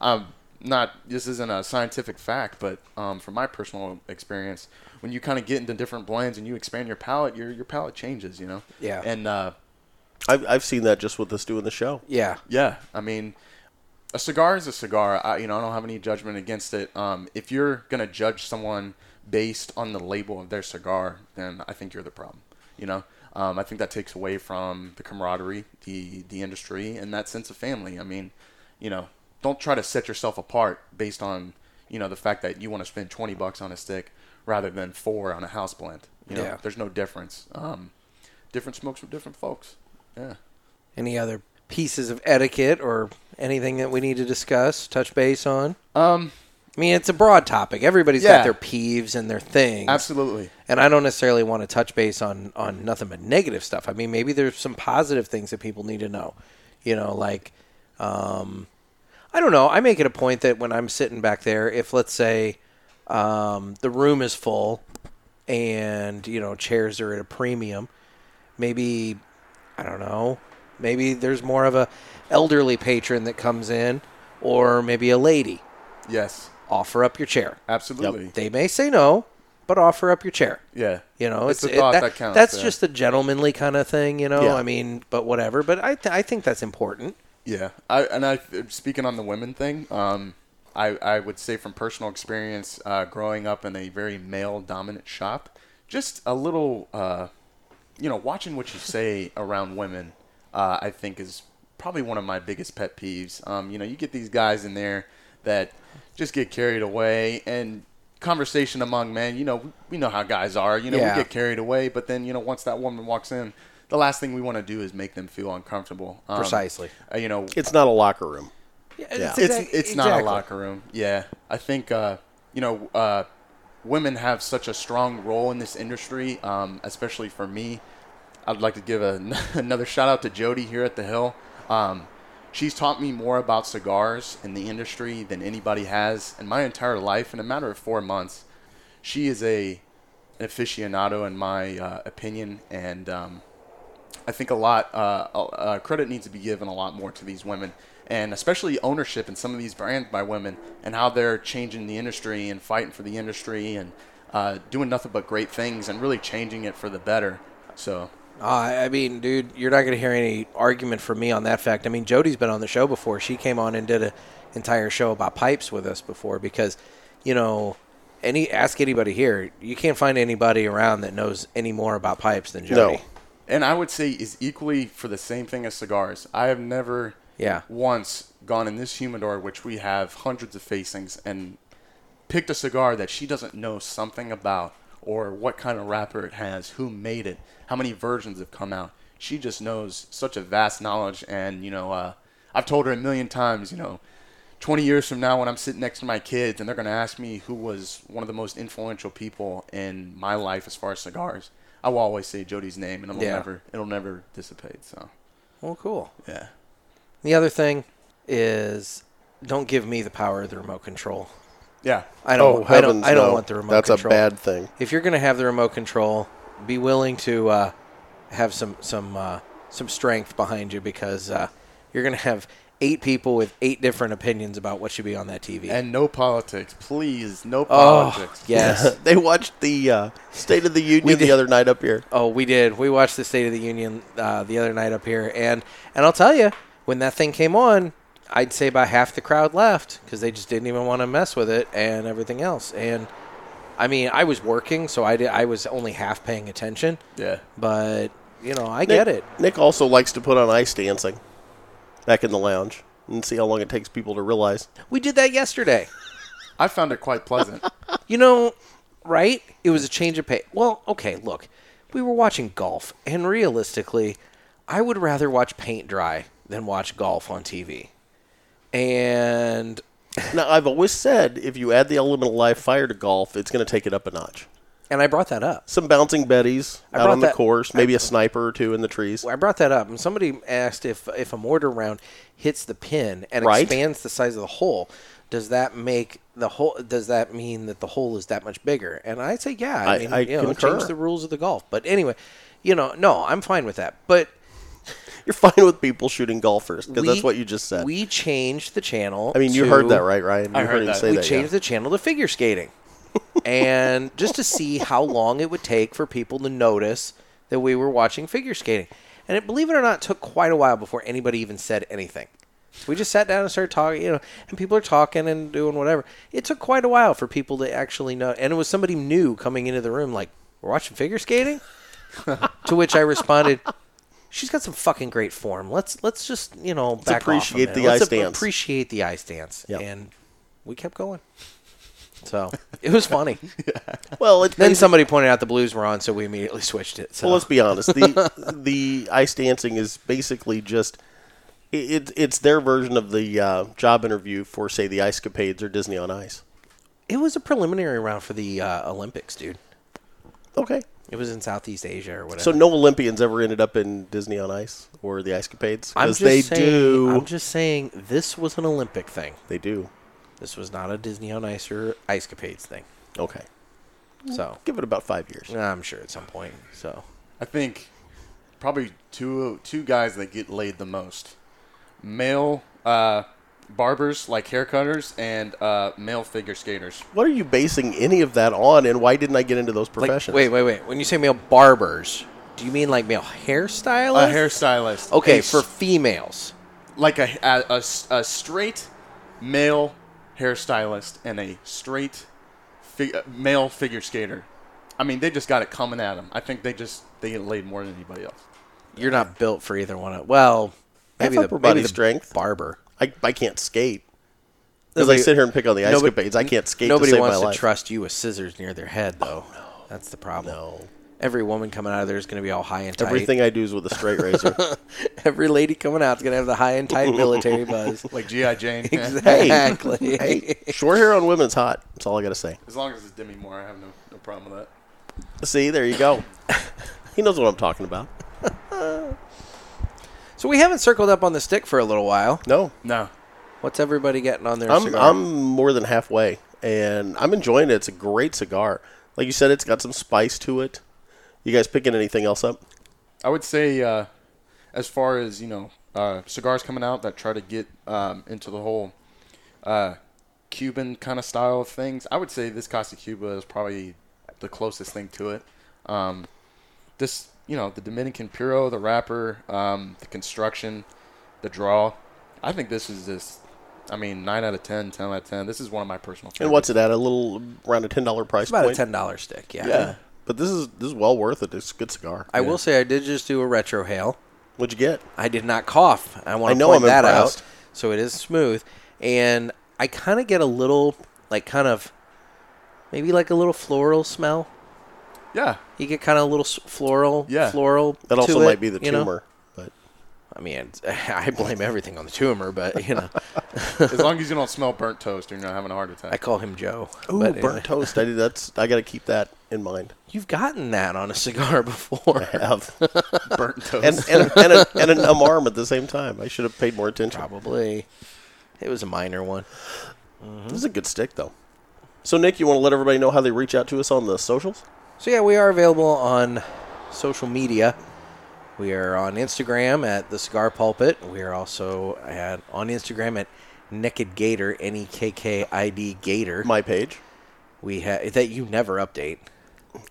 [SPEAKER 3] I'm not. This isn't a scientific fact, but um, from my personal experience, when you kind of get into different blends and you expand your palate, your your palate changes. You know.
[SPEAKER 1] Yeah.
[SPEAKER 3] And uh,
[SPEAKER 2] I've, I've seen that just with us doing the show.
[SPEAKER 1] Yeah.
[SPEAKER 3] yeah, I mean, a cigar is a cigar. I, you know, I don't have any judgment against it. Um, if you're gonna judge someone based on the label of their cigar, then I think you're the problem. You know, um, I think that takes away from the camaraderie, the the industry, and that sense of family. I mean, you know, don't try to set yourself apart based on you know the fact that you want to spend twenty bucks on a stick rather than four on a house blend. You know,
[SPEAKER 1] Yeah.
[SPEAKER 3] there's no difference. Um, different smokes from different folks. Yeah.
[SPEAKER 1] Any other pieces of etiquette or anything that we need to discuss, touch base on?
[SPEAKER 3] Um.
[SPEAKER 1] I mean, it's a broad topic. Everybody's got
[SPEAKER 3] Yeah.
[SPEAKER 1] their peeves and their things.
[SPEAKER 3] Absolutely.
[SPEAKER 1] And I don't necessarily want to touch base on on nothing but negative stuff. I mean, maybe there's some positive things that people need to know. You know, like um, I don't know. I make it a point that when I'm sitting back there, if let's say um, the room is full and you know chairs are at a premium, maybe I don't know. Maybe there's more of a elderly patron that comes in, or maybe a lady.
[SPEAKER 3] Yes,
[SPEAKER 1] Offer up your chair.
[SPEAKER 3] absolutely.
[SPEAKER 1] They may say no, but offer up your chair.
[SPEAKER 3] Yeah,
[SPEAKER 1] You know,
[SPEAKER 3] it's,
[SPEAKER 1] it's,
[SPEAKER 3] the
[SPEAKER 1] it-
[SPEAKER 3] thought
[SPEAKER 1] that,
[SPEAKER 3] that, counts.
[SPEAKER 1] That's
[SPEAKER 3] yeah.
[SPEAKER 1] just the gentlemanly kind of thing, you know.
[SPEAKER 2] Yeah.
[SPEAKER 1] I mean, but whatever. But I, th- I think that's important.
[SPEAKER 3] yeah. I and I speaking on the women thing. Um, I I would say from personal experience, uh, growing up in a very male dominant shop, just a little, uh, you know, watching what you say around women, uh, I think is probably one of my biggest pet peeves. Um, you know, you get these guys in there that just get carried away and conversation among men. You know, we, we know how guys are. You know,
[SPEAKER 1] Yeah.
[SPEAKER 3] we get carried away, but then you know, once that woman walks in, the last thing we want to do is make them feel uncomfortable. Um,
[SPEAKER 1] Precisely.
[SPEAKER 3] uh, you know,
[SPEAKER 2] It's not a locker room.
[SPEAKER 1] It's,
[SPEAKER 3] it's it's not a locker room. Yeah, I think uh, you know uh, women have such a strong role in this industry, um, especially for me. I'd like to give a, another shout out to Jody here at the Hill. Um, she's taught me more about cigars in the industry than anybody has in my entire life. In a matter of four months, she is a an aficionado in my uh, opinion, and um, I think a lot uh, uh, credit needs to be given a lot more to these women, and especially ownership in some of these brands by women, and how they're changing the industry and fighting for the industry and uh, doing nothing but great things and really changing it for the better. So
[SPEAKER 1] Uh, I mean, dude, you're not going to hear any argument from me on that fact. I mean, Jody's been on the show before. She came on and did an entire show about pipes with us before because, you know, any ask anybody here, you can't find anybody around that knows any more about pipes than Jody.
[SPEAKER 2] No.
[SPEAKER 3] and I would say is equally for the same thing as cigars. I have never
[SPEAKER 1] Yeah.
[SPEAKER 3] once gone in this humidor, which we have hundreds of facings, and picked a cigar that she doesn't know something about or what kind of wrapper it has, who made it, how many versions have come out. She just knows such a vast knowledge, and you know, uh, I've told her a million times, you know. 20 years from now when I'm sitting next to my kids and they're going to ask me who was one of the most influential people in my life as far as cigars, I will always say Jody's name and it'll
[SPEAKER 1] Yeah.
[SPEAKER 3] never it'll never dissipate. So,
[SPEAKER 1] Well, cool.
[SPEAKER 3] yeah.
[SPEAKER 1] The other thing is, don't give me the power of the remote control.
[SPEAKER 3] Yeah.
[SPEAKER 1] I don't.
[SPEAKER 2] oh,
[SPEAKER 1] I don't.
[SPEAKER 2] heavens,
[SPEAKER 1] I don't
[SPEAKER 2] no.
[SPEAKER 1] want the remote
[SPEAKER 2] That's
[SPEAKER 1] control.
[SPEAKER 2] a bad thing.
[SPEAKER 1] If you're going to have the remote control, be willing to uh, have some some uh, some strength behind you because uh, you're going to have eight people with eight different opinions about what should be on that TV.
[SPEAKER 3] And no politics, please. No
[SPEAKER 1] oh,
[SPEAKER 3] politics.
[SPEAKER 1] yes.
[SPEAKER 2] they watched the uh, State of the Union
[SPEAKER 1] did.
[SPEAKER 2] the other night up here.
[SPEAKER 1] oh, we did. We watched the State of the Union uh, the other night up here, and and I'll tell you, when that thing came on, I'd say about half the crowd left because they just didn't even want to mess with it and everything else. And I mean, I was working, so I did, I was only half paying attention.
[SPEAKER 3] Yeah.
[SPEAKER 1] but you know, I get it.
[SPEAKER 2] Nick also likes to put on ice dancing back in the lounge and see how long it takes people to realize.
[SPEAKER 1] We did that yesterday.
[SPEAKER 3] I found it quite pleasant.
[SPEAKER 1] You know, right? It was a change of pace. Well, okay, look, we were watching golf, and realistically, I would rather watch paint dry than watch golf on TV. And
[SPEAKER 2] Now, I've always said if you add the element of live fire to golf, it's going to take it up a notch.
[SPEAKER 1] And I brought that up.
[SPEAKER 2] Some bouncing betties
[SPEAKER 1] I
[SPEAKER 2] out
[SPEAKER 1] brought
[SPEAKER 2] on the
[SPEAKER 1] that-
[SPEAKER 2] course, maybe a sniper or two in the trees.
[SPEAKER 1] I brought that up, and somebody asked if if a mortar round hits the pin and
[SPEAKER 2] Right.
[SPEAKER 1] expands the size of the hole, does that make the hole? Does that mean that the hole is that much bigger? And I say, yeah. I,
[SPEAKER 2] I-
[SPEAKER 1] mean,
[SPEAKER 2] I
[SPEAKER 1] you know,
[SPEAKER 2] concur.
[SPEAKER 1] change the rules of the golf. But anyway, you know, no, I'm fine with that. But
[SPEAKER 2] You're fine with people shooting golfers because
[SPEAKER 1] we-
[SPEAKER 2] that's what you just said.
[SPEAKER 1] We changed the channel.
[SPEAKER 2] I mean, you
[SPEAKER 1] to-
[SPEAKER 2] heard that right, Ryan? You
[SPEAKER 4] I heard
[SPEAKER 2] him
[SPEAKER 4] that.
[SPEAKER 2] say
[SPEAKER 1] we
[SPEAKER 2] that. yeah.
[SPEAKER 1] changed the channel to figure skating, and just to see how long it would take for people to notice that we were watching figure skating. And it, believe it or not, took quite a while before anybody even said anything. We just sat down and started talking, you know, and people are talking and doing whatever. It took quite a while for people to actually know, and it was somebody new coming into the room, like, "We're watching figure skating." to which I responded, "She's got some fucking great form. Let's let's just you know back
[SPEAKER 2] appreciate
[SPEAKER 1] off a minute.
[SPEAKER 2] the
[SPEAKER 1] Let's
[SPEAKER 2] eye stance."
[SPEAKER 1] Appreciate the eye stance."
[SPEAKER 2] Yep.
[SPEAKER 1] And we kept going. So it was funny.
[SPEAKER 2] Well, it's
[SPEAKER 1] then
[SPEAKER 2] basi-
[SPEAKER 1] somebody pointed out the Blues were on, so we immediately switched it. So
[SPEAKER 2] Well, let's be honest. The the ice dancing is basically just it, it's their version of the uh, job interview for say the Ice Capades or Disney on Ice.
[SPEAKER 1] it was a preliminary round for the uh, Olympics, dude.
[SPEAKER 2] Okay.
[SPEAKER 1] It was in Southeast Asia or whatever.
[SPEAKER 2] So no Olympians ever ended up in Disney on Ice or the Ice Capades
[SPEAKER 1] I'm just
[SPEAKER 2] because they
[SPEAKER 1] saying,
[SPEAKER 2] do.
[SPEAKER 1] I'm just saying this was an Olympic thing.
[SPEAKER 2] they do.
[SPEAKER 1] This was not a Disney on Ice or Ice Capades thing.
[SPEAKER 2] Okay.
[SPEAKER 1] So
[SPEAKER 2] Give it about five years.
[SPEAKER 1] I'm sure at some point. So
[SPEAKER 3] I think probably two two guys that get laid the most: male uh, barbers, like haircutters, and uh, male figure skaters.
[SPEAKER 2] What are you basing any of that on, and why didn't I get into those professions?
[SPEAKER 1] Wait, wait, wait. When you say male barbers, do you mean like male
[SPEAKER 3] A
[SPEAKER 1] hairstylist?
[SPEAKER 3] hairstylist.
[SPEAKER 1] Okay,
[SPEAKER 3] A s-
[SPEAKER 1] for females.
[SPEAKER 3] like a, a- a s- a straight male hairstylist and a straight fi- uh, male figure skater. I mean, they just got it coming at them. I think they just they get laid more than anybody else.
[SPEAKER 1] You're not built for either one. Of, well, maybe
[SPEAKER 2] have
[SPEAKER 1] the
[SPEAKER 2] upper
[SPEAKER 1] maybe
[SPEAKER 2] body
[SPEAKER 1] the
[SPEAKER 2] strength.
[SPEAKER 1] barber.
[SPEAKER 2] I, I can't skate. Because I sit here and pick on the Ice
[SPEAKER 1] Nobody-
[SPEAKER 2] Capades, I can't skate
[SPEAKER 1] Nobody
[SPEAKER 2] to save
[SPEAKER 1] wants
[SPEAKER 2] my
[SPEAKER 1] to
[SPEAKER 2] life. Oh,
[SPEAKER 1] trust you with scissors near their head, though. That's the problem.
[SPEAKER 2] No.
[SPEAKER 1] Every woman coming out of there is going to be all high and tight.
[SPEAKER 2] Everything I do is with a straight razor.
[SPEAKER 1] Every lady coming out is going to have the high and tight military buzz.
[SPEAKER 3] Like GI Jane.
[SPEAKER 1] Exactly.
[SPEAKER 2] hey, short hair on women's hot. That's all I gotta say.
[SPEAKER 3] As long as it's Demi Moore, I have no, no problem with that.
[SPEAKER 2] See, there you go. he knows what I'm talking about.
[SPEAKER 1] So we haven't circled up on the stick for a little while.
[SPEAKER 2] No,
[SPEAKER 3] No.
[SPEAKER 1] What's everybody getting on their
[SPEAKER 2] I'm
[SPEAKER 1] cigar?
[SPEAKER 2] I'm more than halfway, and I'm enjoying it. It's a great cigar. Like you said, it's got some spice to it. You guys picking anything else up?
[SPEAKER 3] I would say, uh, as far as you know, uh, cigars coming out that try to get um, into the whole uh, Cuban kind of style of things, I would say this Casa Cuba is probably the closest thing to it. Um, this, you know, the Dominican Puro, the wrapper, um, the construction, the draw. I think this is just, I mean, 9 out of 10, 10 out of 10. This is one of my personal favorites.
[SPEAKER 2] And what's it at? A little around a ten dollar price
[SPEAKER 1] it's about a
[SPEAKER 2] point.
[SPEAKER 1] ten dollar stick. Yeah.
[SPEAKER 2] Yeah, but this is this is well worth it. It's a good cigar.
[SPEAKER 1] I will say I did just do a retro hail.
[SPEAKER 2] What'd you get?
[SPEAKER 1] I did not cough. I want
[SPEAKER 2] I
[SPEAKER 1] to
[SPEAKER 2] know
[SPEAKER 1] point
[SPEAKER 2] I'm
[SPEAKER 1] that
[SPEAKER 2] impressed.
[SPEAKER 1] out. So it is smooth, and I kind of get a little like kind of maybe like a little floral smell.
[SPEAKER 3] Yeah.
[SPEAKER 1] You get kind of a little s- floral,
[SPEAKER 3] Yeah.
[SPEAKER 1] floral.
[SPEAKER 2] That also
[SPEAKER 1] to it,
[SPEAKER 2] might be the
[SPEAKER 1] you know?
[SPEAKER 2] tumor. But
[SPEAKER 1] I mean, I blame everything on the tumor, but you know,
[SPEAKER 3] As long as you don't smell burnt toast and you're not having a heart attack.
[SPEAKER 1] I call him Joe.
[SPEAKER 2] ooh,
[SPEAKER 1] but
[SPEAKER 2] burnt
[SPEAKER 1] anyway.
[SPEAKER 2] toast. I did, that's I got to keep that in mind.
[SPEAKER 1] You've gotten that on a cigar before.
[SPEAKER 2] Have.
[SPEAKER 3] burnt toast.
[SPEAKER 2] and and and, a, and an um arm at the same time. I should have paid more attention.
[SPEAKER 1] Probably. It was a minor one. Uh-huh.
[SPEAKER 2] This is a good stick, though. So, Nick, you want to let everybody know how they reach out to us on the socials?
[SPEAKER 1] So yeah, we are available on social media. We are on Instagram at the Cigar Pulpit. We are also at, on Instagram at Naked Gator, N E K K I D Gator.
[SPEAKER 2] My page.
[SPEAKER 1] We have that you never update.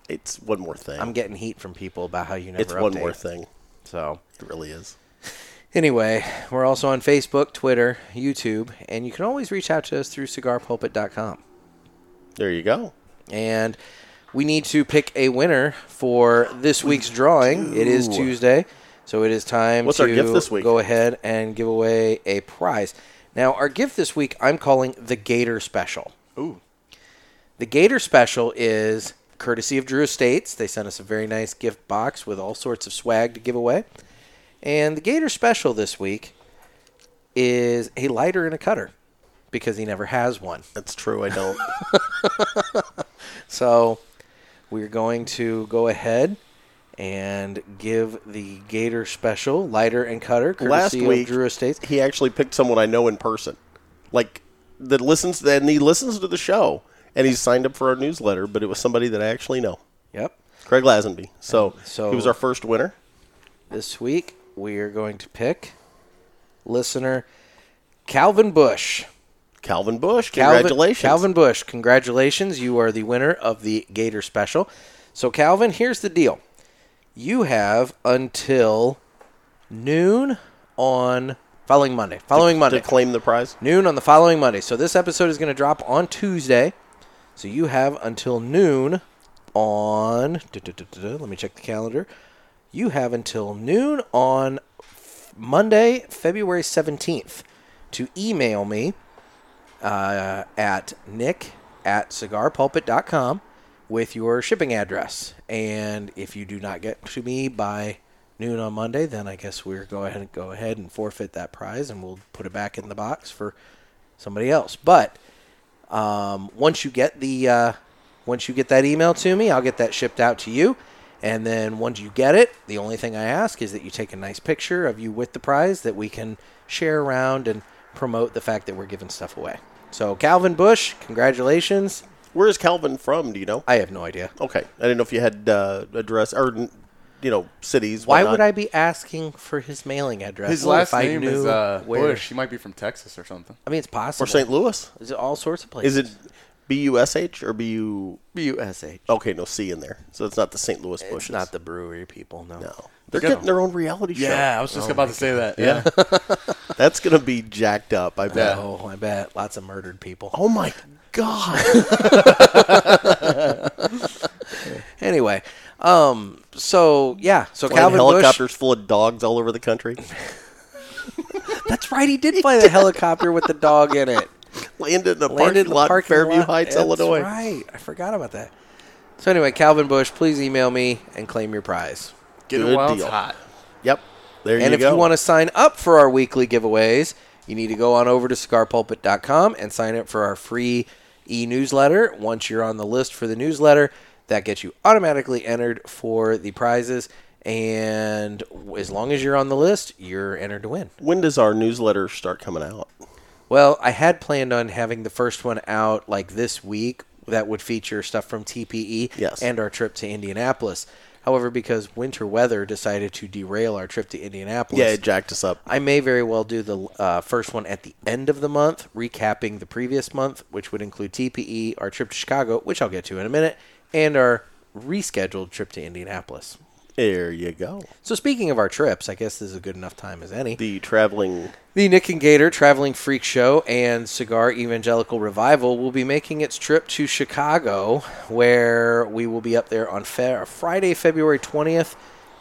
[SPEAKER 2] It's one more thing.
[SPEAKER 1] I'm getting heat from people about how you never
[SPEAKER 2] it's
[SPEAKER 1] update.
[SPEAKER 2] one more thing.
[SPEAKER 1] So
[SPEAKER 2] It really is.
[SPEAKER 1] anyway, we're also on Facebook, Twitter, YouTube, and you can always reach out to us through cigarpulpit.com.
[SPEAKER 2] There you go.
[SPEAKER 1] And we need to pick a winner for this week's drawing. It is Tuesday, so it is time
[SPEAKER 2] What's
[SPEAKER 1] to
[SPEAKER 2] our gift this week?
[SPEAKER 1] go ahead and give away a prize. Now, our gift this week I'm calling the Gator Special.
[SPEAKER 3] Ooh.
[SPEAKER 1] The Gator Special is courtesy of Drew Estates. They sent us a very nice gift box with all sorts of swag to give away. And the Gator Special this week is a lighter and a cutter because he never has one.
[SPEAKER 2] That's true. I don't.
[SPEAKER 1] So We're going to go ahead and give the Gator special lighter and cutter courtesy
[SPEAKER 2] Last
[SPEAKER 1] of
[SPEAKER 2] week-
[SPEAKER 1] Drew Estates.
[SPEAKER 2] He actually picked someone I know in person, like that listens. Then he listens to the show, and he signed up for our newsletter. But it was somebody that I actually know,
[SPEAKER 1] Yep.
[SPEAKER 2] Craig Lazenby. So,
[SPEAKER 1] So-
[SPEAKER 2] he was our first winner.
[SPEAKER 1] This week we are going to pick listener Calvin Bush.
[SPEAKER 2] Calvin Bush,
[SPEAKER 1] Calvin-
[SPEAKER 2] congratulations!
[SPEAKER 1] Calvin Bush, congratulations. You are the winner of the Gator Special. So, Calvin, here's the deal you have until noon on following Monday. Following Monday.
[SPEAKER 2] to claim the prize.
[SPEAKER 1] noon on the following Monday. So, this episode is going to drop on Tuesday. So, you have until noon on. Let me check the calendar. You have until noon on Monday, February 17th, to email me uh, at nick at cigarpulpit.com with your shipping address. And if you do not get to me by noon on Monday, then I guess we're go ahead and go ahead and forfeit that prize and we'll put it back in the box for somebody else. But um, once you get the uh, once you get that email to me, I'll get that shipped out to you. And then once you get it, the only thing I ask is that you take a nice picture of you with the prize that we can share around and promote the fact that we're giving stuff away. So Calvin Bush, congratulations.
[SPEAKER 2] Where is Calvin from? Do you know?
[SPEAKER 1] I have no idea.
[SPEAKER 2] Okay, I didn't know if you had uh, address or you know cities.
[SPEAKER 1] Why
[SPEAKER 2] whatnot.
[SPEAKER 1] would I be asking for his mailing address?
[SPEAKER 3] His
[SPEAKER 1] Well,
[SPEAKER 3] last
[SPEAKER 1] if I
[SPEAKER 3] name
[SPEAKER 1] knew
[SPEAKER 3] is uh,
[SPEAKER 1] where-
[SPEAKER 3] Bush. He might be from Texas or something.
[SPEAKER 1] I mean, it's possible.
[SPEAKER 2] Or St. Louis?
[SPEAKER 1] Is it all sorts of places?
[SPEAKER 2] Is it B U S H or B U?
[SPEAKER 1] B U S H?
[SPEAKER 2] Okay, no C in there, so it's not the St. Louis
[SPEAKER 1] It's
[SPEAKER 2] Bushes.
[SPEAKER 1] not the brewery people. No.
[SPEAKER 2] No, they're
[SPEAKER 3] Good.
[SPEAKER 2] getting their own reality show.
[SPEAKER 3] Yeah, I was just about to say that. Yeah.
[SPEAKER 2] Yeah. That's going to be jacked up, I bet.
[SPEAKER 1] Oh, I bet lots of murdered people.
[SPEAKER 2] Oh my god.
[SPEAKER 1] Anyway, um, so yeah, so
[SPEAKER 2] Flying
[SPEAKER 1] Calvin
[SPEAKER 2] helicopters
[SPEAKER 1] Bush.
[SPEAKER 2] full of dogs all over the country.
[SPEAKER 1] That's right, he did fly the helicopter with the dog in it.
[SPEAKER 2] Landed in a
[SPEAKER 1] Landed in
[SPEAKER 2] parking
[SPEAKER 1] the
[SPEAKER 2] lot in
[SPEAKER 1] parking
[SPEAKER 2] Fairview
[SPEAKER 1] lot.
[SPEAKER 2] Heights,
[SPEAKER 1] That's
[SPEAKER 2] Illinois.
[SPEAKER 1] Right, I forgot about that. So anyway, Calvin Bush, please email me and claim your prize.
[SPEAKER 3] Get
[SPEAKER 2] Good
[SPEAKER 3] it while it's
[SPEAKER 2] deal.
[SPEAKER 3] hot.
[SPEAKER 2] Yep. There
[SPEAKER 1] and
[SPEAKER 2] you
[SPEAKER 1] if
[SPEAKER 2] go.
[SPEAKER 1] you want to sign up for our weekly giveaways, you need to go on over to cigarpulpit.com and sign up for our free e newsletter. Once you're on the list for the newsletter, that gets you automatically entered for the prizes. And as long as you're on the list, you're entered to win.
[SPEAKER 2] when does our newsletter start coming out?
[SPEAKER 1] Well, I had planned on having the first one out like this week that would feature stuff from TPE
[SPEAKER 2] Yes.
[SPEAKER 1] and our trip to Indianapolis. However, because winter weather decided to derail our trip to Indianapolis,
[SPEAKER 2] Yeah, it jacked us up.
[SPEAKER 1] I may very well do the uh, first one at the end of the month, recapping the previous month, which would include TPE, our trip to Chicago, which I'll get to in a minute, and our rescheduled trip to Indianapolis.
[SPEAKER 2] There you go.
[SPEAKER 1] So, speaking of our trips, I guess this is a good enough time as any.
[SPEAKER 2] The traveling
[SPEAKER 1] The Nick and Gator Traveling Freak Show and Cigar Evangelical Revival will be making its trip to Chicago, where we will be up there on Fe- Friday, February 20th,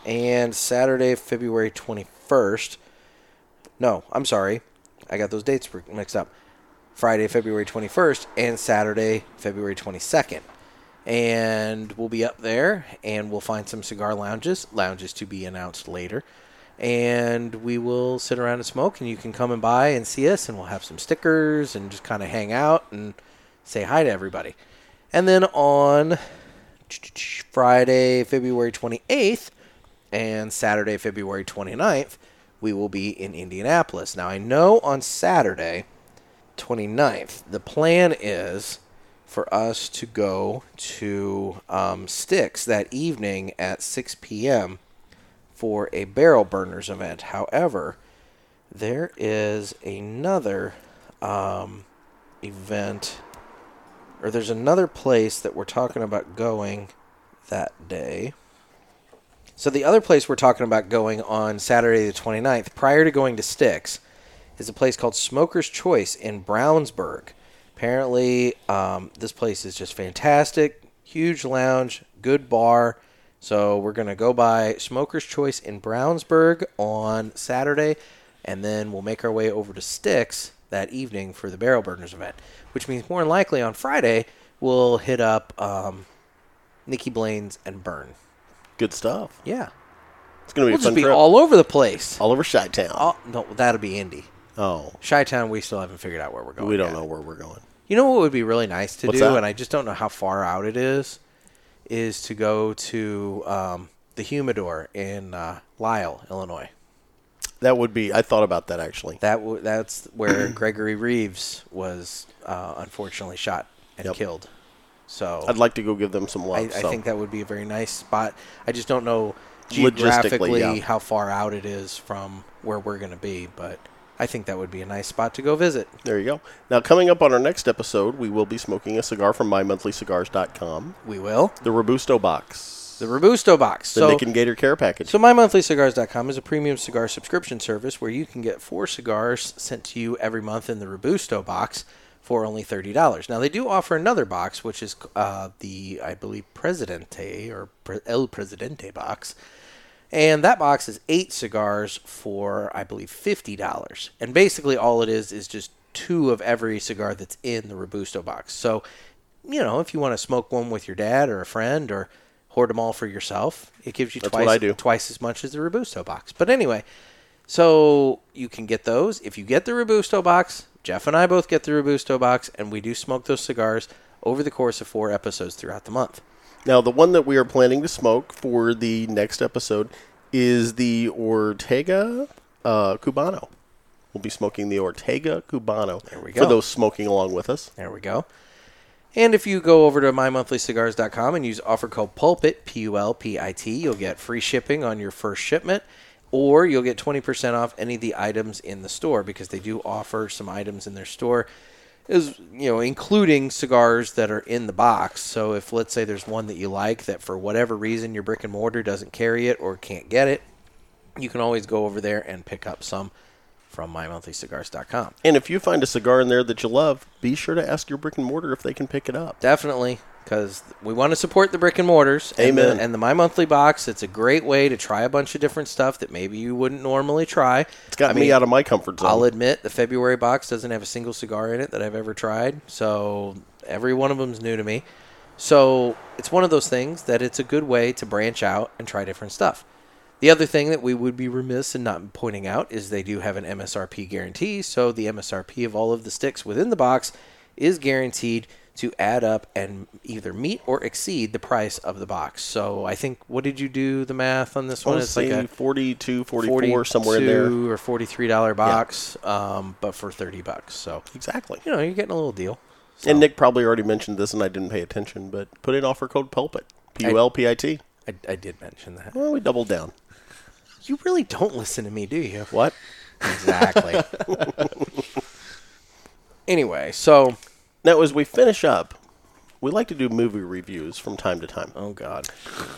[SPEAKER 1] and Saturday, February 21st. No, I'm sorry. I got those dates mixed up. Friday, February 21st, and Saturday, February 22nd. And we'll be up there and we'll find some cigar lounges, lounges to be announced later. And we will sit around and smoke, and you can come and by and see us, and we'll have some stickers and just kind of hang out and say hi to everybody. And then on Friday, February 28th, and Saturday, February 29th, we will be in Indianapolis. Now, I know on Saturday, 29th, the plan is for us to go to um, Sticks that evening at 6 p.m. for a Barrel Burners event. However, there is another um, event, or there's another place that we're talking about going that day. So the other place we're talking about going on Saturday the 29th, prior to going to Sticks, is a place called Smoker's Choice in Brownsburg. Apparently, um, this place is just fantastic. Huge lounge, good bar. So we're gonna go by Smoker's Choice in Brownsburg on Saturday, and then we'll make our way over to Sticks that evening for the Barrel Burners event, which means more than likely on Friday we'll hit up um, Nikki Blaine's and Burn.
[SPEAKER 2] good stuff.
[SPEAKER 1] Yeah.
[SPEAKER 2] It's going to be
[SPEAKER 1] We'll
[SPEAKER 2] a fun
[SPEAKER 1] just be
[SPEAKER 2] trip.
[SPEAKER 1] all over the place.
[SPEAKER 2] All over Chi-town.
[SPEAKER 1] Oh, no, that'll be Indy.
[SPEAKER 2] oh.
[SPEAKER 1] Chi Town, we still haven't figured out where we're going.
[SPEAKER 2] We don't
[SPEAKER 1] yet.
[SPEAKER 2] know where we're going.
[SPEAKER 1] You know what would be really nice to
[SPEAKER 2] What's
[SPEAKER 1] do,
[SPEAKER 2] that?
[SPEAKER 1] and I just don't know how far out it is, is to go to um, the humidor in uh, Lisle, Illinois.
[SPEAKER 2] That would be. I thought about that actually.
[SPEAKER 1] That w- that's where Gregory Reeves was uh, unfortunately shot and
[SPEAKER 2] Yep.
[SPEAKER 1] killed. So
[SPEAKER 2] I'd like to go give them some love.
[SPEAKER 1] I, I
[SPEAKER 2] so.
[SPEAKER 1] think that would be a very nice spot. I just don't know
[SPEAKER 2] Logistically,
[SPEAKER 1] geographically
[SPEAKER 2] yeah.
[SPEAKER 1] how far out it is from where we're going to be, but I think that would be a nice spot to go visit.
[SPEAKER 2] there you go. Now, coming up on our next episode, we will be smoking a cigar from mymonthlycigars.com.
[SPEAKER 1] We will.
[SPEAKER 2] The Robusto box.
[SPEAKER 1] The Robusto box.
[SPEAKER 2] The
[SPEAKER 1] so,
[SPEAKER 2] Nick and Gator Care Package.
[SPEAKER 1] so mymonthlycigars.com is a premium cigar subscription service where you can get four cigars sent to you every month in the Robusto box for only $30. Now, they do offer another box, which is uh, the, I believe, Presidente or Pre- El Presidente box. And that box is eight cigars for, I believe, $50. And basically, all it is is just two of every cigar that's in the Robusto box. So, you know, if you want to smoke one with your dad or a friend or hoard them all for yourself, it gives you
[SPEAKER 2] That's
[SPEAKER 1] twice,
[SPEAKER 2] what I do.
[SPEAKER 1] twice as much as the Robusto box. But anyway, so you can get those. If you get the Robusto box, Jeff and I both get the Robusto box, and we do smoke those cigars over the course of four episodes throughout the month.
[SPEAKER 2] Now, the one that we are planning to smoke for the next episode is the Ortega uh, Cubano. We'll be smoking the Ortega Cubano there
[SPEAKER 1] we
[SPEAKER 2] for
[SPEAKER 1] go.
[SPEAKER 2] those smoking along with us.
[SPEAKER 1] There we go. And if you go over to mymonthlycigars.com and use offer code PULPIT, P U L P I T, you'll get free shipping on your first shipment, or you'll get 20% off any of the items in the store because they do offer some items in their store. Is you know, including cigars that are in the box. So if let's say there's one that you like that for whatever reason your brick and mortar doesn't carry it or can't get it, you can always go over there and pick up some from mymonthlycigars.com.
[SPEAKER 2] And if you find a cigar in there that you love, be sure to ask your brick and mortar if they can pick it up.
[SPEAKER 1] Definitely, because we want to support the brick and mortars. And
[SPEAKER 2] Amen.
[SPEAKER 1] The, and the My Monthly Box, it's a great way to try a bunch of different stuff that maybe you wouldn't normally try.
[SPEAKER 2] It's gotten me out of my comfort zone.
[SPEAKER 1] I'll admit the February box doesn't have a single cigar in it that I've ever tried, so every one of them's new to me. So it's one of those things that it's a good way to branch out and try different stuff. The other thing that we would be remiss in not pointing out is they do have an MSRP guarantee, so the MSRP of all of the sticks within the box is guaranteed to add up and either meet or exceed the price of the box. So I think what did you do the math on this
[SPEAKER 2] I
[SPEAKER 1] one?
[SPEAKER 2] want to say
[SPEAKER 1] a-
[SPEAKER 2] 42, 44, somewhere in there.
[SPEAKER 1] 42 or forty-three dollar box, um, but for thirty bucks. So
[SPEAKER 2] Exactly.
[SPEAKER 1] you know you're getting a little deal. So,
[SPEAKER 2] And Nick probably already mentioned this, and I didn't pay attention, but put in offer code PULPIT. P U L P I T.
[SPEAKER 1] I, I did mention that.
[SPEAKER 2] Well, we doubled down.
[SPEAKER 1] You really don't listen to me, do you?
[SPEAKER 2] What?
[SPEAKER 1] Exactly. anyway, so
[SPEAKER 2] Now, as we finish up, we like to do movie reviews from time to time.
[SPEAKER 1] oh god,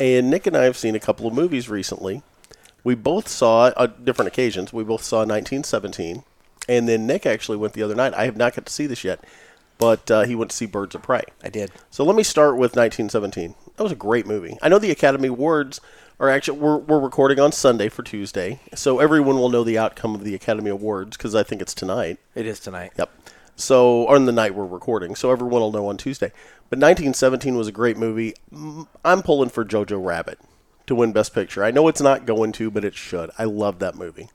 [SPEAKER 2] And Nick and I have seen a couple of movies recently. We both saw, uh, different occasions, we both saw 1917. And then Nick actually went the other night. I have not got to see this yet, but uh, he went to see Birds of Prey.
[SPEAKER 1] I did.
[SPEAKER 2] So let me start with 1917. That was a great movie. I know the Academy Awards are actually we're, we're recording on Sunday for Tuesday, so everyone will know the outcome of the Academy Awards because I think it's tonight.
[SPEAKER 1] It is tonight.
[SPEAKER 2] Yep. So on the night we're recording, so everyone will know on Tuesday. But 1917 was a great movie. Mm, I'm pulling for Jojo Rabbit to win Best Picture. I know it's not going to, but it should. I love that movie.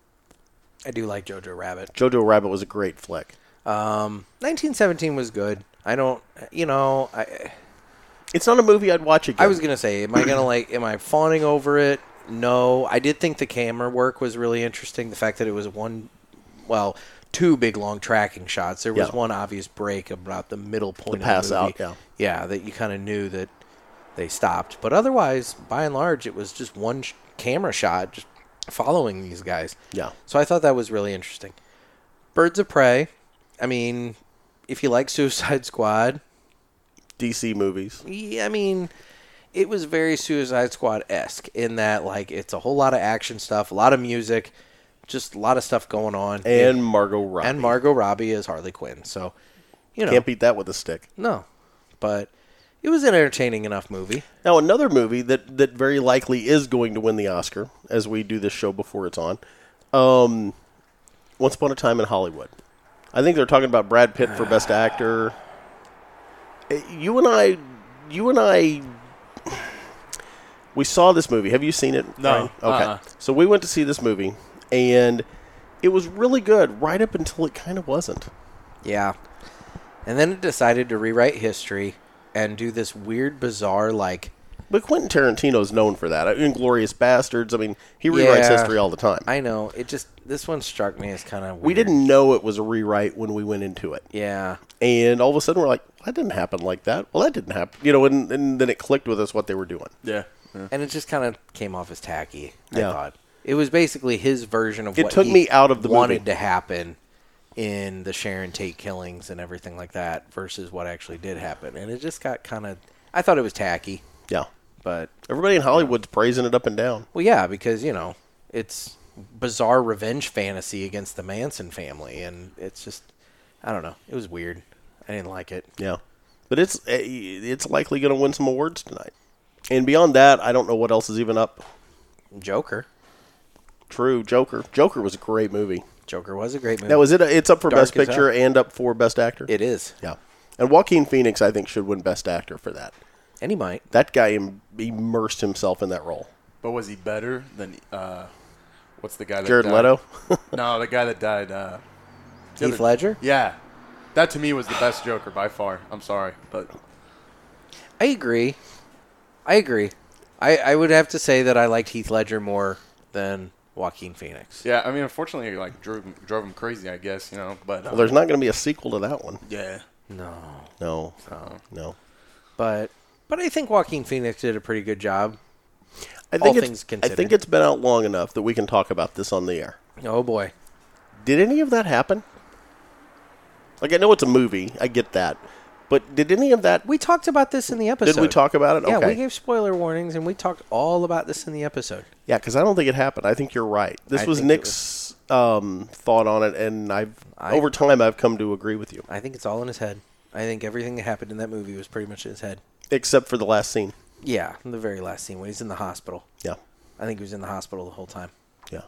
[SPEAKER 1] I do like Jojo Rabbit.
[SPEAKER 2] Jojo Rabbit was a great flick.
[SPEAKER 1] Um, 1917 was good. I don't, you know, I
[SPEAKER 2] It's not a movie I'd watch again.
[SPEAKER 1] I was gonna say, am I gonna like, am I fawning over it? No, I did think the camera work was really interesting. The fact that it was one, well, two big long tracking shots. There was
[SPEAKER 2] Yeah.
[SPEAKER 1] one obvious break about the middle point.
[SPEAKER 2] The pass
[SPEAKER 1] of the movie.
[SPEAKER 2] out,
[SPEAKER 1] yeah, that you kind of knew that they stopped. But otherwise, by and large, it was just one sh- camera shot just following these guys.
[SPEAKER 2] Yeah.
[SPEAKER 1] So I thought that was really interesting. Birds of Prey. I mean, if you like Suicide Squad,
[SPEAKER 2] DC movies.
[SPEAKER 1] yeah, I mean, it was very Suicide Squad esque in that like it's a whole lot of action stuff, a lot of music, just a lot of stuff going on,
[SPEAKER 2] And Margot Robbie.
[SPEAKER 1] and Margot Robbie is Harley Quinn, so you know,
[SPEAKER 2] Can't beat that with a stick.
[SPEAKER 1] no, but it was an entertaining enough movie.
[SPEAKER 2] Now, another movie that, that very likely is going to win the Oscar as we do this show before it's on um, Once Upon a Time in Hollywood. I think they're talking about Brad Pitt for Best Actor. Eh, You and I, you and I, we saw this movie. Have you seen it?
[SPEAKER 3] No.
[SPEAKER 2] Ryan? Okay.
[SPEAKER 3] Uh-uh.
[SPEAKER 2] So we went to see this movie, and it was really good right up until it kind of wasn't.
[SPEAKER 1] Yeah, and then it decided to rewrite history and do this weird, bizarre like
[SPEAKER 2] But Quentin Tarantino's known for that. Inglorious Bastards. I mean, he rewrites
[SPEAKER 1] Yeah.
[SPEAKER 2] history all the time.
[SPEAKER 1] I know. It just this one struck me as kind of weird.
[SPEAKER 2] we didn't know it was a rewrite when we went into it.
[SPEAKER 1] Yeah.
[SPEAKER 2] And all of a sudden, we're like, that didn't happen like that. Well, that didn't happen. You know, and, and then it clicked with us what they were doing.
[SPEAKER 3] Yeah.
[SPEAKER 1] And it just kind of came off as tacky. I
[SPEAKER 2] Yeah.
[SPEAKER 1] thought it was basically his version of
[SPEAKER 2] It
[SPEAKER 1] what
[SPEAKER 2] took
[SPEAKER 1] he
[SPEAKER 2] me out of the
[SPEAKER 1] wanted
[SPEAKER 2] movie.
[SPEAKER 1] to happen in the Sharon Tate killings and everything like that versus what actually did happen. And it just got kind of. I thought it was tacky,
[SPEAKER 2] Yeah.
[SPEAKER 1] but
[SPEAKER 2] Everybody in Hollywood's praising it up and down.
[SPEAKER 1] well, yeah, because you know it's bizarre revenge fantasy against the Manson family, and it's just I don't know. It was weird. I didn't like it.
[SPEAKER 2] Yeah, but it's eh, it's likely going to win some awards tonight. And beyond that, I don't know what else is even up.
[SPEAKER 1] Joker.
[SPEAKER 2] True, Joker. Joker was a great movie.
[SPEAKER 1] Joker was a great movie.
[SPEAKER 2] Now is it? It's up for
[SPEAKER 1] Dark
[SPEAKER 2] Best
[SPEAKER 1] as
[SPEAKER 2] Picture and up for Best Actor.
[SPEAKER 1] It is,
[SPEAKER 2] Yeah, and Joaquin Phoenix, I think, should win Best Actor for that.
[SPEAKER 1] and he might.
[SPEAKER 2] That guy im- immersed himself in that role.
[SPEAKER 3] But was he better than uh, what's the guy? That
[SPEAKER 2] Jared
[SPEAKER 3] died?
[SPEAKER 2] Leto.
[SPEAKER 3] no, the guy that died. Uh, the
[SPEAKER 1] Heath
[SPEAKER 3] other-
[SPEAKER 1] Ledger.
[SPEAKER 3] Yeah, that to me was the best Joker by far. I'm sorry, but
[SPEAKER 1] I agree. I agree. I, I would have to say that I liked Heath Ledger more than Joaquin Phoenix.
[SPEAKER 3] yeah, I mean, unfortunately, it, like drove him, drove him crazy, I guess, you know. But uh,
[SPEAKER 2] well, there's not going to be a sequel to that one.
[SPEAKER 3] yeah,
[SPEAKER 1] No.
[SPEAKER 2] No, no.
[SPEAKER 1] But but I think Joaquin Phoenix did a pretty good job.
[SPEAKER 2] I
[SPEAKER 1] All
[SPEAKER 2] think
[SPEAKER 1] things
[SPEAKER 2] it's, I
[SPEAKER 1] considered.
[SPEAKER 2] think it's been out long enough that we can talk about this on the air.
[SPEAKER 1] Oh boy.
[SPEAKER 2] Did any of that happen? Like I know it's a movie, I get that, but did any of that?
[SPEAKER 1] We talked about this in the episode.
[SPEAKER 2] Did we talk about it?
[SPEAKER 1] Yeah,
[SPEAKER 2] okay.
[SPEAKER 1] we gave spoiler warnings and we talked all about this in the episode.
[SPEAKER 2] yeah, because I don't think it happened. I think you're right. This
[SPEAKER 1] I
[SPEAKER 2] was
[SPEAKER 1] think it
[SPEAKER 2] Nick's um, thought on it, and I've
[SPEAKER 1] I-
[SPEAKER 2] over time I've come to agree with you,
[SPEAKER 1] I think it's all in his head. I think everything that happened in that movie was pretty much in his head.
[SPEAKER 2] except for the last scene.
[SPEAKER 1] Yeah, the very last scene when he's in the hospital.
[SPEAKER 2] Yeah,
[SPEAKER 1] I think he was in the hospital the whole time.
[SPEAKER 2] yeah.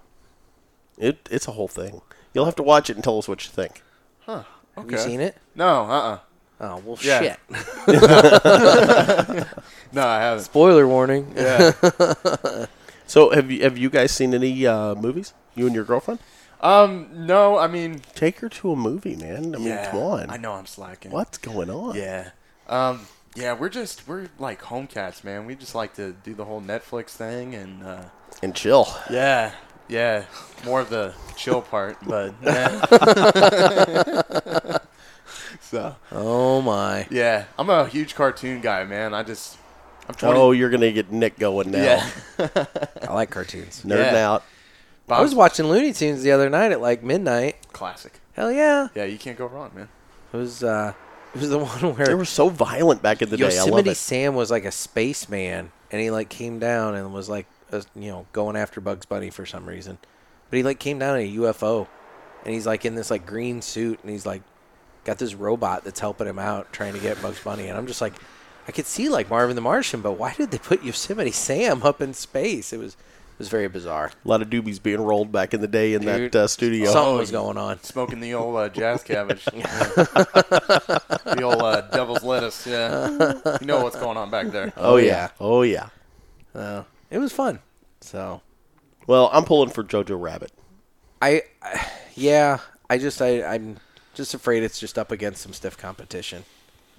[SPEAKER 2] It it's a whole thing. You'll have to watch it and tell us what you think.
[SPEAKER 3] huh?
[SPEAKER 1] Have
[SPEAKER 3] Okay.
[SPEAKER 1] you seen it?
[SPEAKER 3] No, uh, uh
[SPEAKER 1] Oh well
[SPEAKER 3] Yeah.
[SPEAKER 1] shit.
[SPEAKER 3] no, I haven't.
[SPEAKER 1] Spoiler warning.
[SPEAKER 3] Yeah.
[SPEAKER 2] So have you have you guys seen any uh, movies? You and your girlfriend?
[SPEAKER 3] um, no, I mean,
[SPEAKER 2] Take her to a movie, man. I mean,
[SPEAKER 3] yeah,
[SPEAKER 2] come on.
[SPEAKER 3] I know I'm slacking.
[SPEAKER 2] What's going on?
[SPEAKER 3] Yeah. Um. Yeah, we're just we're like home cats, man. We just like to do the whole Netflix thing and. uh
[SPEAKER 2] And chill.
[SPEAKER 3] Yeah, yeah, more of the chill part, but so
[SPEAKER 1] Oh my.
[SPEAKER 3] yeah, I'm a huge cartoon guy, man. I just I'm 20.
[SPEAKER 2] Oh, you're gonna get Nick going now.
[SPEAKER 3] yeah,
[SPEAKER 1] I like cartoons.
[SPEAKER 2] Nerding
[SPEAKER 3] Yeah.
[SPEAKER 2] out.
[SPEAKER 3] Bob,
[SPEAKER 1] I was watching Looney Tunes the other night at like midnight.
[SPEAKER 3] classic.
[SPEAKER 1] Hell yeah.
[SPEAKER 3] Yeah, you can't go wrong, man.
[SPEAKER 1] It was uh it was the one where
[SPEAKER 2] They were so violent back in the day. I love
[SPEAKER 1] Yosemite
[SPEAKER 2] it.
[SPEAKER 1] Sam was like a spaceman and he like came down and was like uh you know going after Bugs Bunny for some reason. But he like came down in a UFO and he's like in this like green suit and he's like got this robot that's helping him out trying to get Bugs Bunny and I'm just like I could see like Marvin the Martian, but why did they put Yosemite Sam up in space? It was it was very bizarre.
[SPEAKER 2] A lot of doobies being rolled back in the day in
[SPEAKER 1] Dude.
[SPEAKER 2] that uh, studio.
[SPEAKER 1] Something was going on.
[SPEAKER 3] Smoking the old uh, jazz cabbage, Yeah. the old uh, devil's lettuce. Yeah, you know what's going on back there.
[SPEAKER 2] oh yeah. Oh yeah.
[SPEAKER 1] So it was fun. So
[SPEAKER 2] Well, I'm pulling for Jojo Rabbit.
[SPEAKER 1] I, I yeah, I just I I'm just afraid it's just up against some stiff competition.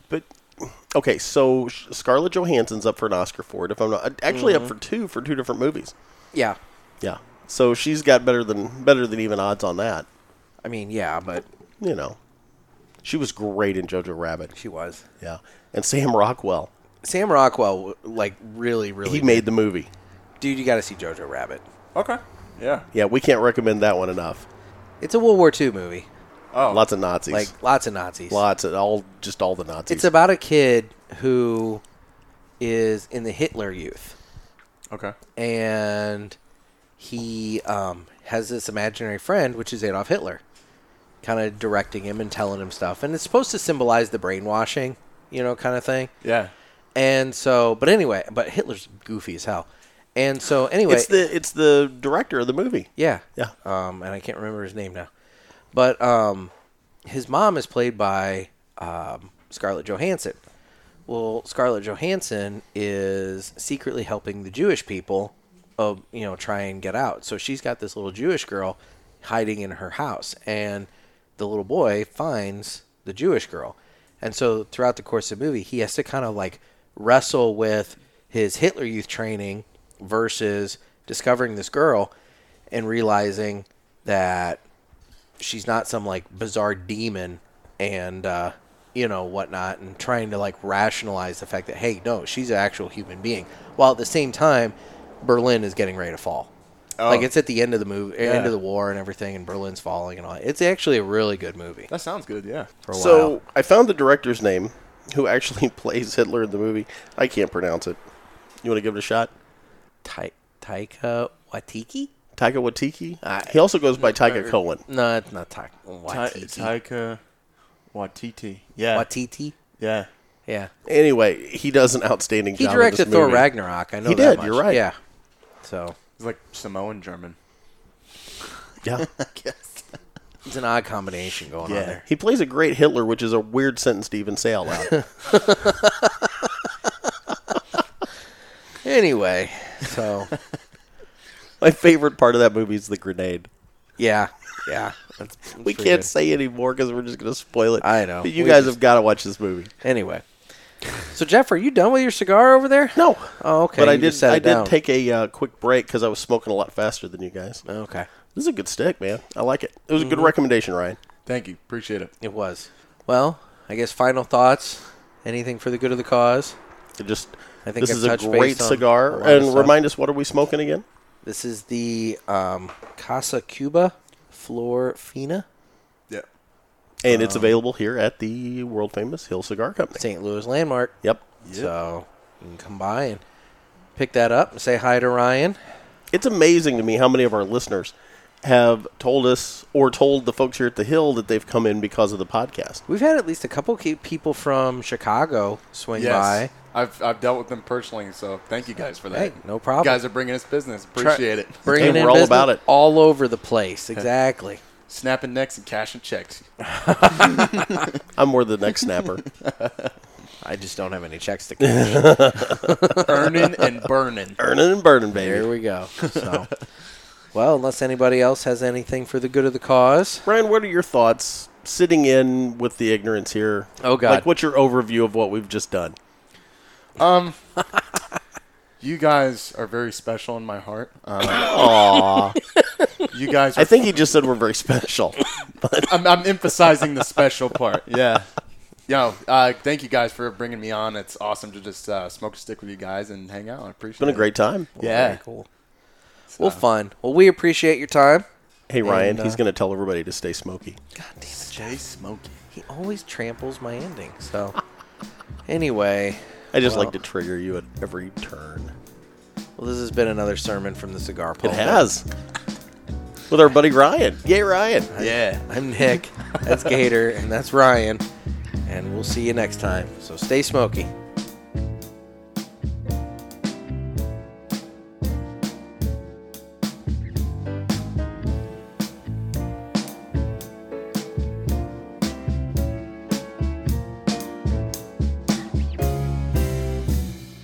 [SPEAKER 2] But okay, so Sh- Scarlett Johansson's up for an Oscar for it. If I'm not uh, actually
[SPEAKER 3] Mm-hmm.
[SPEAKER 2] up for two for two different movies.
[SPEAKER 1] Yeah.
[SPEAKER 2] Yeah. So she's got better than better than even odds on that.
[SPEAKER 1] I mean, yeah, but
[SPEAKER 2] You know, she was great in Jojo Rabbit.
[SPEAKER 1] she was.
[SPEAKER 2] Yeah. And Sam Rockwell,
[SPEAKER 1] Sam Rockwell like really really
[SPEAKER 2] he made the movie.
[SPEAKER 1] Dude, you got to see Jojo Rabbit.
[SPEAKER 3] Okay. Yeah.
[SPEAKER 2] Yeah, we can't recommend that one enough.
[SPEAKER 1] It's a World War II movie.
[SPEAKER 3] Oh,
[SPEAKER 2] Lots of Nazis.
[SPEAKER 1] Like lots of Nazis.
[SPEAKER 2] Lots of all just all the Nazis.
[SPEAKER 1] It's about a kid who is in the Hitler Youth.
[SPEAKER 3] okay.
[SPEAKER 1] and he um, has this imaginary friend, which is Adolf Hitler, kind of directing him and telling him stuff. And it's supposed to symbolize the brainwashing, you know, kind of thing.
[SPEAKER 3] Yeah.
[SPEAKER 1] And so, but anyway, but Hitler's goofy as hell. And so, anyway,
[SPEAKER 2] it's the it's the director of the movie.
[SPEAKER 1] yeah,
[SPEAKER 2] Yeah.
[SPEAKER 1] Um, and I can't remember his name now, but um, his mom is played by um, Scarlett Johansson. Well, Scarlett Johansson is secretly helping the Jewish people, uh, you know, try and get out. So she's got this little Jewish girl hiding in her house, and the little boy finds the Jewish girl, and so throughout the course of the movie, he has to kind of like wrestle with his Hitler Youth training versus discovering this girl and realizing that she's not some like bizarre demon and uh, you know whatnot and trying to like rationalize the fact that hey no she's an actual human being while at the same time berlin is getting ready to fall
[SPEAKER 2] Oh.
[SPEAKER 1] like it's at the end of the movie end
[SPEAKER 3] Yeah.
[SPEAKER 1] of the war and everything and berlin's falling and all that. it's actually a really good movie
[SPEAKER 3] That sounds good. Yeah.
[SPEAKER 1] for a while
[SPEAKER 2] Oh, So I found the director's name, who actually plays Hitler in the movie. I can't pronounce it. You want to give it a shot?
[SPEAKER 1] Ta- taika waititi
[SPEAKER 2] Taika Waititi. he also goes by Taika Cohen.
[SPEAKER 1] no it's not Ta-
[SPEAKER 3] Ta-
[SPEAKER 1] waititi
[SPEAKER 3] Taika Waititi. Yeah.
[SPEAKER 1] waititi
[SPEAKER 3] Yeah.
[SPEAKER 1] yeah
[SPEAKER 2] Anyway, he does an outstanding
[SPEAKER 1] he
[SPEAKER 2] job. in
[SPEAKER 1] directed
[SPEAKER 2] this
[SPEAKER 1] thor
[SPEAKER 2] movie.
[SPEAKER 1] ragnarok i know
[SPEAKER 2] He
[SPEAKER 1] that
[SPEAKER 2] did,
[SPEAKER 1] much.
[SPEAKER 2] you're right.
[SPEAKER 1] yeah so
[SPEAKER 3] He's like Samoan German.
[SPEAKER 2] Yeah.
[SPEAKER 3] Yes.
[SPEAKER 1] it's an odd combination going on there
[SPEAKER 2] He plays a great Hitler, which is a weird sentence to even say out loud.
[SPEAKER 1] anyway so
[SPEAKER 2] My favorite part of that movie is the grenade.
[SPEAKER 1] Yeah, yeah. That's, that's
[SPEAKER 2] We
[SPEAKER 1] pretty
[SPEAKER 2] can't
[SPEAKER 1] good.
[SPEAKER 2] say anymore because we're just going to spoil it.
[SPEAKER 1] I know.
[SPEAKER 2] But you
[SPEAKER 1] We
[SPEAKER 2] guys
[SPEAKER 1] just-
[SPEAKER 2] have got to watch this movie.
[SPEAKER 1] Anyway, so Jeff, are you done with your cigar over there?
[SPEAKER 2] No.
[SPEAKER 1] Oh, okay.
[SPEAKER 2] But I
[SPEAKER 1] you
[SPEAKER 2] did.
[SPEAKER 1] just set
[SPEAKER 2] I
[SPEAKER 1] it
[SPEAKER 2] did
[SPEAKER 1] down.
[SPEAKER 2] take a uh, quick break because I was smoking a lot faster than you guys.
[SPEAKER 1] Okay,
[SPEAKER 2] This is a good stick, man. I like it. It was a
[SPEAKER 1] Mm-hmm.
[SPEAKER 2] good recommendation, Ryan.
[SPEAKER 3] Thank you. Appreciate it.
[SPEAKER 1] it was. Well, I guess final thoughts. Anything for the good of the cause.
[SPEAKER 2] It just.
[SPEAKER 1] I
[SPEAKER 2] I
[SPEAKER 1] think
[SPEAKER 2] think this
[SPEAKER 1] I've
[SPEAKER 2] is a
[SPEAKER 1] touched
[SPEAKER 2] great
[SPEAKER 1] base on a
[SPEAKER 2] cigar.
[SPEAKER 1] lot of
[SPEAKER 2] And
[SPEAKER 1] stuff.
[SPEAKER 2] remind us, what are we smoking again?
[SPEAKER 1] This is the um, Casa Cuba Flor Fina
[SPEAKER 3] Yeah.
[SPEAKER 1] Um,
[SPEAKER 2] And it's available here at the world famous Hill Cigar Company.
[SPEAKER 1] St. Louis landmark.
[SPEAKER 2] Yep.
[SPEAKER 1] So you can come by and pick that up and say hi to Ryan.
[SPEAKER 2] It's amazing to me how many of our listeners have told us or told the folks here at the Hill that they've come in because of the podcast.
[SPEAKER 1] We've had at least a couple key people from Chicago swing
[SPEAKER 3] Yes.
[SPEAKER 1] by.
[SPEAKER 3] I've, I've dealt with them personally, so thank you guys for that.
[SPEAKER 1] Hey, no problem.
[SPEAKER 3] You guys are bringing us business. Appreciate it.
[SPEAKER 1] Bringing
[SPEAKER 2] Hey,
[SPEAKER 1] in
[SPEAKER 2] we're all
[SPEAKER 1] business
[SPEAKER 2] about it.
[SPEAKER 1] all over the place. Exactly.
[SPEAKER 3] Snapping necks and cashing checks.
[SPEAKER 2] I'm more the next snapper.
[SPEAKER 1] I just don't have any checks to cash.
[SPEAKER 3] Earning and burning.
[SPEAKER 2] Burning and burning,
[SPEAKER 1] there
[SPEAKER 2] baby.
[SPEAKER 1] we go. So, well, unless anybody else has anything for the good of the cause,
[SPEAKER 2] Brian, what are your thoughts sitting in with the ignorance here?
[SPEAKER 1] Oh, God.
[SPEAKER 2] Like, what's your overview of what we've just done?
[SPEAKER 3] Um, you guys are very special in my heart. Um,
[SPEAKER 2] Aw.
[SPEAKER 3] you guys,
[SPEAKER 2] I
[SPEAKER 3] are,
[SPEAKER 2] think he just said we're very special.
[SPEAKER 3] I'm, I'm emphasizing the special part. Yeah. Yo, uh, thank you guys for bringing me on. It's awesome to just uh, smoke a stick with you guys and hang out. I appreciate
[SPEAKER 2] It's been a
[SPEAKER 3] it.
[SPEAKER 2] great time.
[SPEAKER 3] Yeah.
[SPEAKER 1] Very cool. Well, fun. Well, we appreciate your time.
[SPEAKER 2] Hey, Ryan,
[SPEAKER 1] And, uh,
[SPEAKER 2] he's going to tell everybody to stay smoky.
[SPEAKER 1] God damn it,
[SPEAKER 3] Stay smoky.
[SPEAKER 1] he always tramples my ending. So, anyway,
[SPEAKER 2] I just
[SPEAKER 1] Well.
[SPEAKER 2] like to trigger you at every turn.
[SPEAKER 1] well, this has been another sermon from the cigar
[SPEAKER 2] It
[SPEAKER 1] pulpit.
[SPEAKER 2] has. With our buddy Ryan. Yay, Ryan.
[SPEAKER 3] Yeah.
[SPEAKER 1] I'm Nick. That's Gator, and that's Ryan. And we'll see you next time. So stay smoky.